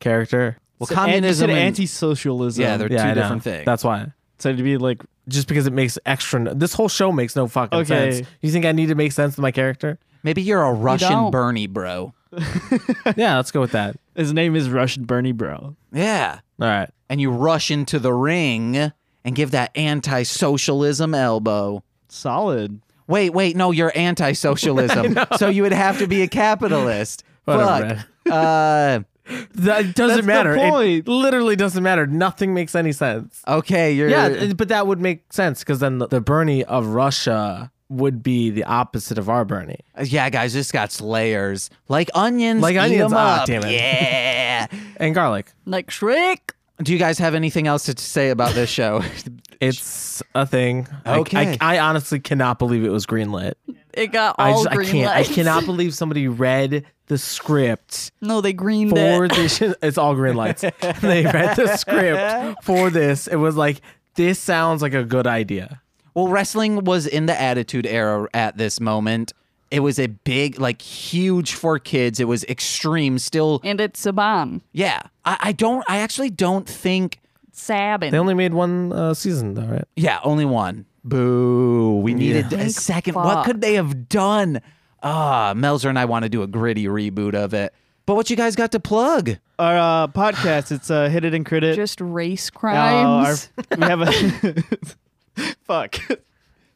[SPEAKER 3] character.
[SPEAKER 1] Well,
[SPEAKER 4] So, and you
[SPEAKER 1] communism
[SPEAKER 4] said
[SPEAKER 1] and-
[SPEAKER 4] anti-socialism.
[SPEAKER 1] Yeah, they're-
[SPEAKER 3] yeah,
[SPEAKER 1] two
[SPEAKER 3] I know.
[SPEAKER 1] different things.
[SPEAKER 3] That's why.
[SPEAKER 4] so to be like, *laughs*
[SPEAKER 3] Just because it makes extra. This whole show makes no fucking
[SPEAKER 4] Okay.
[SPEAKER 3] sense. You think I need to make sense of my character?
[SPEAKER 1] maybe you're a Russian
[SPEAKER 5] don't.
[SPEAKER 1] Bernie bro.
[SPEAKER 3] yeah, let's go with that.
[SPEAKER 4] his name is Russian Bernie Bro.
[SPEAKER 1] Yeah,
[SPEAKER 3] All right.
[SPEAKER 1] and you rush into the ring and give that anti-socialism elbow.
[SPEAKER 4] Solid.
[SPEAKER 1] Wait, wait, no, you're
[SPEAKER 3] *laughs*
[SPEAKER 1] anti-socialism. so you would have to be a capitalist.
[SPEAKER 3] Whatever,
[SPEAKER 1] Fuck. Uh,
[SPEAKER 3] That doesn't
[SPEAKER 4] That's the
[SPEAKER 3] matter.
[SPEAKER 4] point.
[SPEAKER 3] It literally doesn't matter. Nothing makes any sense.
[SPEAKER 1] Uh, okay, you're
[SPEAKER 3] Yeah, it- but that would make sense because then the, the Bernie of Russia would be the opposite of our Bernie.
[SPEAKER 1] Uh, Yeah, guys, this got layers. Like onions.
[SPEAKER 3] Like
[SPEAKER 1] eat
[SPEAKER 3] onions,
[SPEAKER 1] 'em
[SPEAKER 3] ah,
[SPEAKER 1] up.
[SPEAKER 3] damn it.
[SPEAKER 1] Yeah.
[SPEAKER 3] And garlic.
[SPEAKER 5] Like Shrek.
[SPEAKER 1] Do you guys have anything else to say about this show? *laughs*
[SPEAKER 3] It's a thing. I-
[SPEAKER 1] Okay.
[SPEAKER 3] I, I, honestly cannot believe it was greenlit.
[SPEAKER 5] It got
[SPEAKER 3] I
[SPEAKER 5] all
[SPEAKER 3] just I
[SPEAKER 5] green
[SPEAKER 3] can't.
[SPEAKER 5] lights.
[SPEAKER 3] I cannot believe somebody read the script
[SPEAKER 5] *laughs* No, they greened
[SPEAKER 3] for
[SPEAKER 5] it.
[SPEAKER 3] this. It's all green lights. they read the script for this. It was like this sounds like a good idea.
[SPEAKER 1] well, wrestling was in the attitude era at this moment. It was a big, like, huge for kids. It was extreme. Still,
[SPEAKER 5] And it's Saban.
[SPEAKER 1] yeah. I, I don't, I actually don't think,
[SPEAKER 5] Sabin.
[SPEAKER 3] They only made one uh, season though, right?
[SPEAKER 1] yeah, only one. Boo. We needed a second. What
[SPEAKER 5] fuck.
[SPEAKER 1] could they have done? Ah, Melzer and I want to do a gritty reboot of it. But what you guys got to plug?
[SPEAKER 4] Our uh, podcast, it's uh, Hit It and Crit It.
[SPEAKER 5] Just race
[SPEAKER 4] Uh,
[SPEAKER 5] crimes.
[SPEAKER 4] our- we have a *laughs* fuck.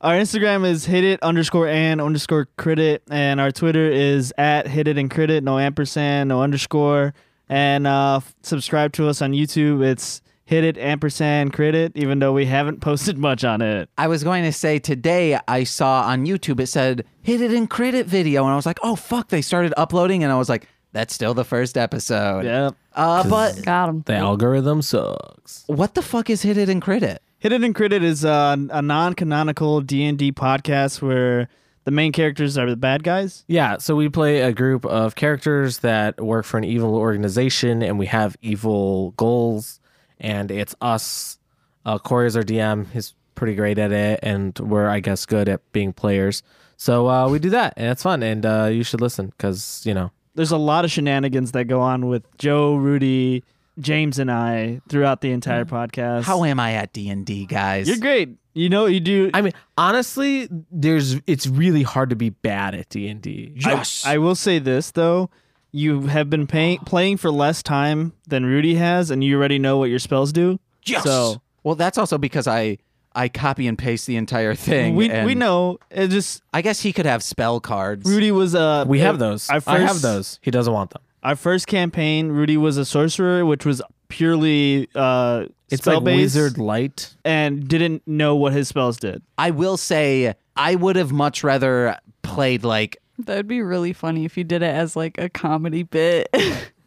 [SPEAKER 4] Our Instagram is hit it underscore and underscore crit it, and our Twitter is at hit it and crit it, no ampersand, no underscore. And uh, f- subscribe to us on YouTube. It's hit it ampersand crit it, even though we haven't *laughs* posted much on it.
[SPEAKER 1] I was going to say today I saw on YouTube it said hit it in credit video and I was like, "Oh fuck, they started uploading." And I was like, that's still the first episode.
[SPEAKER 4] Yeah,
[SPEAKER 1] Uh, but
[SPEAKER 5] Got him.
[SPEAKER 3] The algorithm sucks.
[SPEAKER 1] what the fuck is hit it in credit?
[SPEAKER 4] hit it and crit it is uh, a non-canonical D and D podcast where the main characters are the bad guys.
[SPEAKER 3] Yeah, so we play a group of characters that work for an evil organization and we have evil goals and it's us. Uh, Corey is our DM. He's pretty great at it and we're, I guess, good at being players. So uh, we do that and it's fun and uh, you should listen because, you know,
[SPEAKER 4] there's a lot of shenanigans that go on with Joe, Rudy, James, and I throughout the entire podcast.
[SPEAKER 1] How am I at D and D, guys?
[SPEAKER 4] You're great. You know you do.
[SPEAKER 3] I mean, honestly, there's it's really hard to be bad at D and D.
[SPEAKER 1] Yes.
[SPEAKER 4] I will say this though, you have been pay- playing for less time than Rudy has, and you already know what your spells do. So
[SPEAKER 1] well, that's also because I I copy and paste the entire thing.
[SPEAKER 4] we
[SPEAKER 1] and
[SPEAKER 4] we know it just
[SPEAKER 1] I guess he could have spell cards.
[SPEAKER 4] Rudy was a
[SPEAKER 3] We have those.
[SPEAKER 4] Our
[SPEAKER 3] I have
[SPEAKER 4] first-
[SPEAKER 3] those. He doesn't want them.
[SPEAKER 4] Our first campaign, Rudy was a sorcerer, which was purely uh,
[SPEAKER 3] It's
[SPEAKER 4] spell
[SPEAKER 3] like
[SPEAKER 4] based,
[SPEAKER 3] Wizard Light.
[SPEAKER 4] and didn't know what his spells did.
[SPEAKER 1] I will say I would have much rather played like
[SPEAKER 5] That'd be really funny if you did it as like a comedy bit.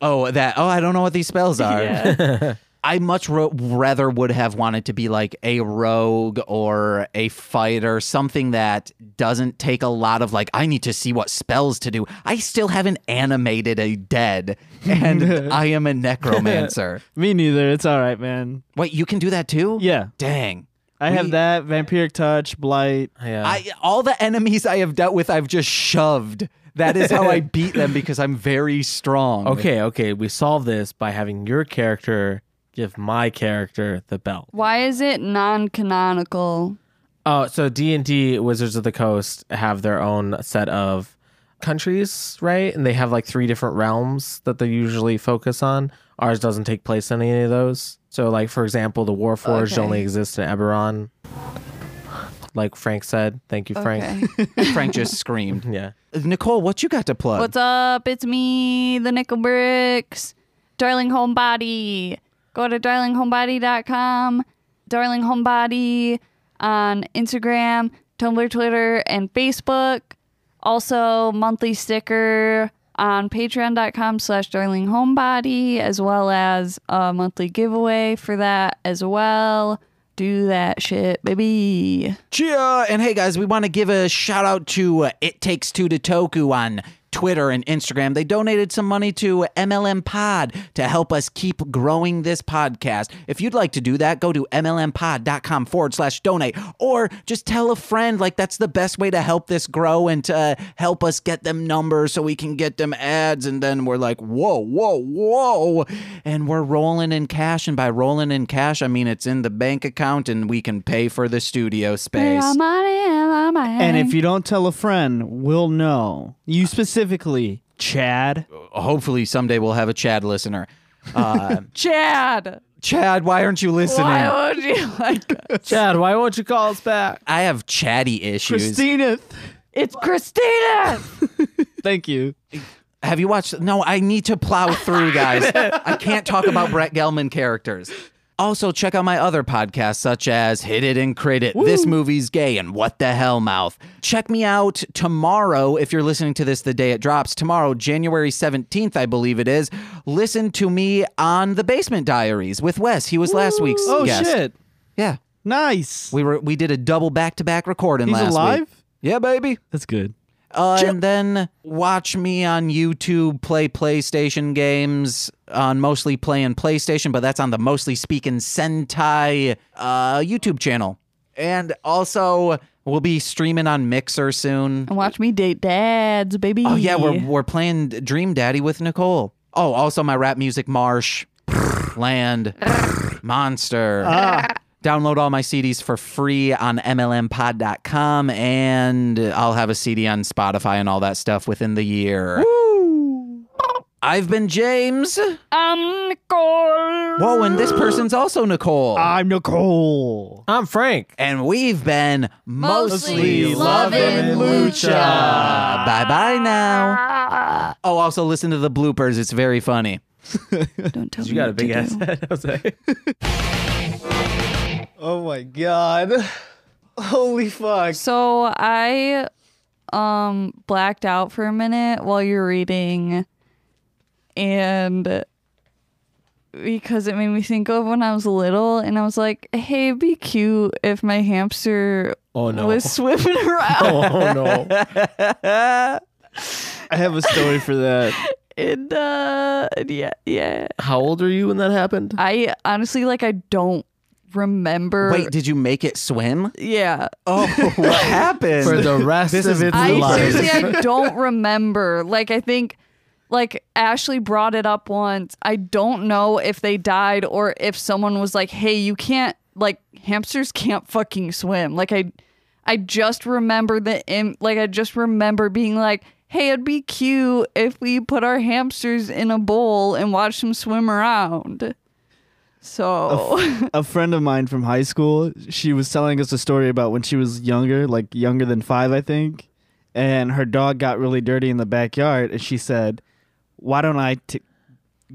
[SPEAKER 1] oh that oh I don't know what these spells are.
[SPEAKER 5] yeah.
[SPEAKER 1] *laughs* I much ro- rather would have wanted to be like a rogue or a fighter, something that doesn't take a lot of like, I need to see what spells to do. I still haven't animated a dead, and I am a necromancer.
[SPEAKER 4] Me neither. It's all right, man.
[SPEAKER 1] Wait, you can do that too?
[SPEAKER 4] Yeah.
[SPEAKER 1] Dang.
[SPEAKER 4] I
[SPEAKER 1] We-
[SPEAKER 4] have that vampiric touch, blight.
[SPEAKER 3] Yeah.
[SPEAKER 1] I all the enemies I have dealt with, I've just shoved. That is how I beat them because I'm very strong.
[SPEAKER 3] okay, okay. We solve this by having your character give my character the belt.
[SPEAKER 5] Why is it non canonical?
[SPEAKER 3] Oh, so D and D Wizards of the Coast have their own set of countries, right? And they have like three different realms that they usually focus on. Ours doesn't take place in any of those. So, like for example, the Warforged
[SPEAKER 5] Okay.
[SPEAKER 3] only exists in Eberron. Like Frank said, thank you, Frank.
[SPEAKER 5] Okay.
[SPEAKER 1] Frank just screamed.
[SPEAKER 3] Yeah.
[SPEAKER 1] Nicole, what you got to plug?
[SPEAKER 5] What's up? It's me, the Nickel Bricks, Darling Homebody. Go to darlinghomebody.com, Darling Homebody on Instagram, Tumblr, Twitter, and Facebook. Also, monthly sticker on patreon.com slash darling homebody as well as a monthly giveaway for that as well do that shit baby
[SPEAKER 1] Chia. And hey, guys, we want to give a shout out to uh, It Takes Two to Toku on Twitter and Instagram. They donated some money to MLM Pod to help us keep growing this podcast. If you'd like to do that, go to MLMPod.com forward slash donate or just tell a friend. Like, that's the best way to help this grow and to uh, help us get them numbers so we can get them ads. And then we're like, whoa, whoa, whoa. And we're rolling in cash. And by rolling in cash, I mean it's in the bank account and we can pay for the studio space.
[SPEAKER 4] And if you don't tell a friend, we'll know. You specifically, Chad.
[SPEAKER 1] Oh. hopefully someday we'll have a Chad listener. Uh,
[SPEAKER 5] *laughs* chad
[SPEAKER 1] Chad, why aren't you listening?
[SPEAKER 5] why would you like
[SPEAKER 4] *laughs*
[SPEAKER 3] Chad, why won't you call us back?
[SPEAKER 1] I have chatty issues.
[SPEAKER 4] Christina.
[SPEAKER 5] It's Christina.
[SPEAKER 4] Thank you.
[SPEAKER 1] Have you watched? No, I need to plow
[SPEAKER 4] *laughs*
[SPEAKER 1] through, guys. I can't talk about Brett Gelman characters. Also, check out my other podcasts, such as Hit It and Crit It, This Movie's Gay, and What the Hell Mouth. Check me out tomorrow, if you're listening to this the day it drops. Tomorrow, January 17th, I believe it is. Listen to me on The Basement Diaries with Wes. He was last week's
[SPEAKER 4] Oh
[SPEAKER 1] guest.
[SPEAKER 4] shit!
[SPEAKER 1] Yeah.
[SPEAKER 4] Nice.
[SPEAKER 1] We were we did a double back to back recording
[SPEAKER 4] He's
[SPEAKER 1] last
[SPEAKER 4] alive.
[SPEAKER 1] week. Yeah, baby.
[SPEAKER 4] That's good.
[SPEAKER 1] Uh, and then watch me on YouTube play PlayStation games on mostly playing PlayStation, but that's on the mostly speaking Sentai uh, YouTube channel. And also, we'll be streaming on Mixer soon.
[SPEAKER 5] and watch me date dads, baby.
[SPEAKER 1] Oh yeah, we're we're playing Dream Daddy with Nicole. Oh, also my rap music Marsh, *laughs* Land, *laughs* Monster.
[SPEAKER 5] Ah.
[SPEAKER 1] Download all my CDs for free on MLMPod.com, and I'll have a CD on Spotify and all that stuff within the year. I've been James.
[SPEAKER 5] Um, Nicole.
[SPEAKER 1] Whoa, and this person's also Nicole.
[SPEAKER 4] I'm Nicole.
[SPEAKER 3] I'm Frank.
[SPEAKER 1] and we've been
[SPEAKER 5] Mostly
[SPEAKER 4] Lovin' Lucha.
[SPEAKER 1] Bye bye now. Oh, also listen to the bloopers. It's very funny.
[SPEAKER 5] Don't tell
[SPEAKER 3] You
[SPEAKER 5] me
[SPEAKER 3] got a
[SPEAKER 5] what
[SPEAKER 3] big
[SPEAKER 5] to *laughs*
[SPEAKER 3] ass
[SPEAKER 5] do.
[SPEAKER 3] head, Jose.
[SPEAKER 4] Oh my god. Holy fuck.
[SPEAKER 5] So I um blacked out for a minute while you're reading and because it made me think of when I was little and I was like, hey, it'd be cute if my hamster
[SPEAKER 3] Oh
[SPEAKER 1] *laughs*
[SPEAKER 3] no.
[SPEAKER 5] was swimming around.
[SPEAKER 3] Oh *laughs* no.
[SPEAKER 4] I have a story for that.
[SPEAKER 5] And uh and yeah, yeah.
[SPEAKER 3] How old are you when that happened?
[SPEAKER 5] I honestly like I don't remember
[SPEAKER 1] Wait, did you make it swim?
[SPEAKER 5] yeah.
[SPEAKER 1] Oh, what happened?
[SPEAKER 3] For the rest
[SPEAKER 1] This
[SPEAKER 3] of
[SPEAKER 1] is
[SPEAKER 3] its
[SPEAKER 5] I
[SPEAKER 3] life.
[SPEAKER 5] seriously, I don't remember. Like, I think, like Ashley brought it up once. I don't know if they died or if someone was like, "Hey, you can't like hamsters can't fucking swim." Like, I, I just remember the im- like I just remember being like, "Hey, it'd be cute if we put our hamsters in a bowl and watch them swim around." So *laughs*
[SPEAKER 4] A friend of mine from high school, she was telling us a story about when she was younger, like younger than 5, I think, and her dog got really dirty in the backyard and she said, "Why don't I t-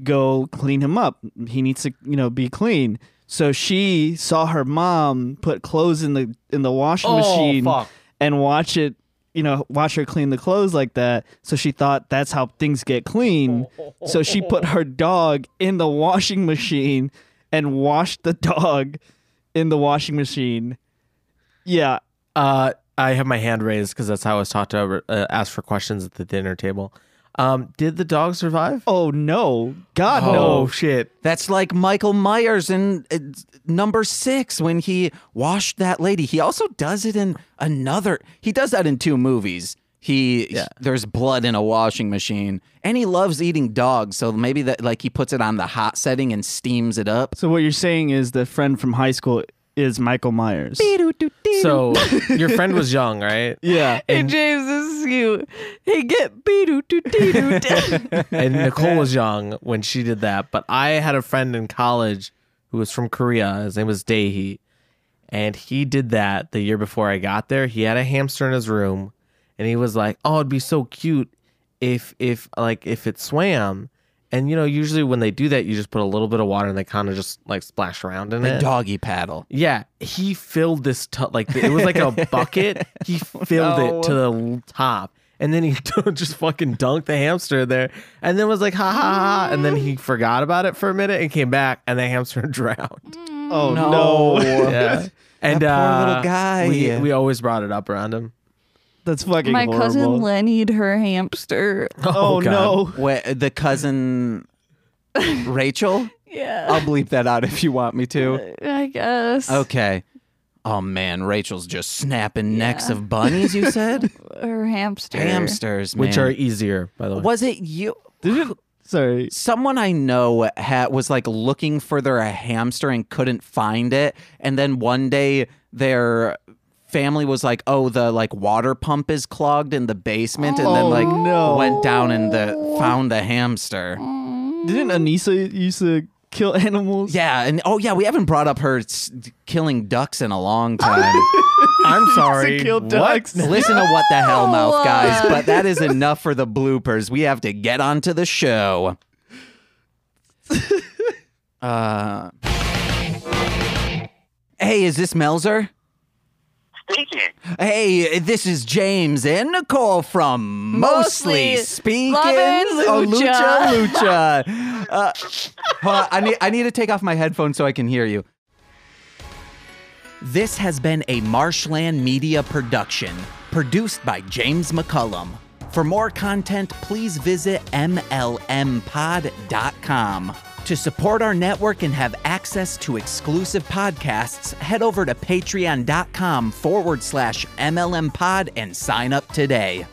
[SPEAKER 4] go clean him up? He needs to, you know, be clean." So she saw her mom put clothes in the in the washing machine
[SPEAKER 3] Oh, fuck.
[SPEAKER 4] and watch it you know watch her clean the clothes like that so she thought that's how things get clean so she
[SPEAKER 3] *laughs*
[SPEAKER 4] put her dog in the washing machine and washed the dog in the washing machine yeah
[SPEAKER 3] Uh, I have my hand raised because that's how I was taught to uh, ask for questions at the dinner table. Um, did the dog survive?
[SPEAKER 4] oh no god
[SPEAKER 3] Oh,
[SPEAKER 4] no
[SPEAKER 3] shit.
[SPEAKER 1] That's like Michael Myers in uh, number six when he washed that lady. He also does it in another. He does that in two movies. He, there's blood in a washing machine, and he loves eating dogs. So maybe that like he puts it on the hot setting and steams it up.
[SPEAKER 4] so what you're saying is the friend from high school is michael myers
[SPEAKER 3] *laughs* So your friend was young, right? *laughs*
[SPEAKER 4] yeah
[SPEAKER 5] hey, James, this is you. Hey, get be doo doo dee doo doo.
[SPEAKER 3] And Nicole was young when she did that. But I had a friend in college who was from Korea. His name was Daehee. And he did that the year before I got there. He had a hamster in his room and he was like, Oh, it'd be so cute if if like if it swam. And you know, usually when they do that, you just put a little bit of water and they kind of just like splash around in
[SPEAKER 1] The
[SPEAKER 3] it.
[SPEAKER 1] doggy paddle.
[SPEAKER 3] Yeah, he filled this tu- like it was
[SPEAKER 1] *laughs*
[SPEAKER 3] like a bucket. He filled it to the l- top, and then he *laughs* just fucking dunked the hamster in there, and then was like ha ha ha, and then he forgot about it for a minute and came back, and the
[SPEAKER 1] *laughs*
[SPEAKER 3] hamster *laughs* drowned.
[SPEAKER 4] oh
[SPEAKER 1] No.
[SPEAKER 4] no,
[SPEAKER 3] Yeah, and
[SPEAKER 1] poor
[SPEAKER 3] uh,
[SPEAKER 1] little guy.
[SPEAKER 3] We, we always brought it up around him. *laughs*
[SPEAKER 4] that's fucking
[SPEAKER 5] My
[SPEAKER 4] horrible.
[SPEAKER 5] cousin Lenny'd her hamster.
[SPEAKER 4] oh,
[SPEAKER 3] God.
[SPEAKER 4] no
[SPEAKER 1] Where, the cousin Rachel.
[SPEAKER 5] Yeah,
[SPEAKER 1] I'll bleep that out if you want me to.
[SPEAKER 5] I guess.
[SPEAKER 1] Okay. Oh man, Rachel's just snapping necks of bunnies. You *laughs* said
[SPEAKER 5] Her hamster.
[SPEAKER 1] hamsters,
[SPEAKER 3] Which
[SPEAKER 1] man.
[SPEAKER 3] are easier, by the way.
[SPEAKER 1] Was it you?
[SPEAKER 4] sorry
[SPEAKER 1] Someone I know ha- was like looking for their hamster and couldn't find it, and then one day their family was like, "Oh, the like water pump is clogged in the basement," and then
[SPEAKER 4] Oh,
[SPEAKER 1] like
[SPEAKER 4] no.
[SPEAKER 1] went down and the found the hamster.
[SPEAKER 4] didn't anisa used to kill *laughs* animals
[SPEAKER 1] Yeah, and oh yeah, we haven't brought up her s- killing ducks in a long time. *laughs*
[SPEAKER 3] I'm sorry.
[SPEAKER 4] kill
[SPEAKER 3] What?
[SPEAKER 4] ducks.
[SPEAKER 1] Listen to what the hell mouth guys,
[SPEAKER 5] No.
[SPEAKER 1] but that is enough for the bloopers. We have to get on to the show. Uh, hey, is this Melzer?
[SPEAKER 6] Speaking.
[SPEAKER 1] Hey, this is James and Nicole from Mostly,
[SPEAKER 5] Mostly
[SPEAKER 1] Speaking
[SPEAKER 5] Lovin'
[SPEAKER 1] Oh,
[SPEAKER 5] Lucha.
[SPEAKER 1] Lucha Lucha. Uh, hold on, I need I need to take off my headphones so I can hear you. This has been a Marshland Media production, produced by James McCullum. For more content, please visit MLMpod.com. To support our network and have access to exclusive podcasts, head over to patreon.com forward slash MLMpod and sign up today.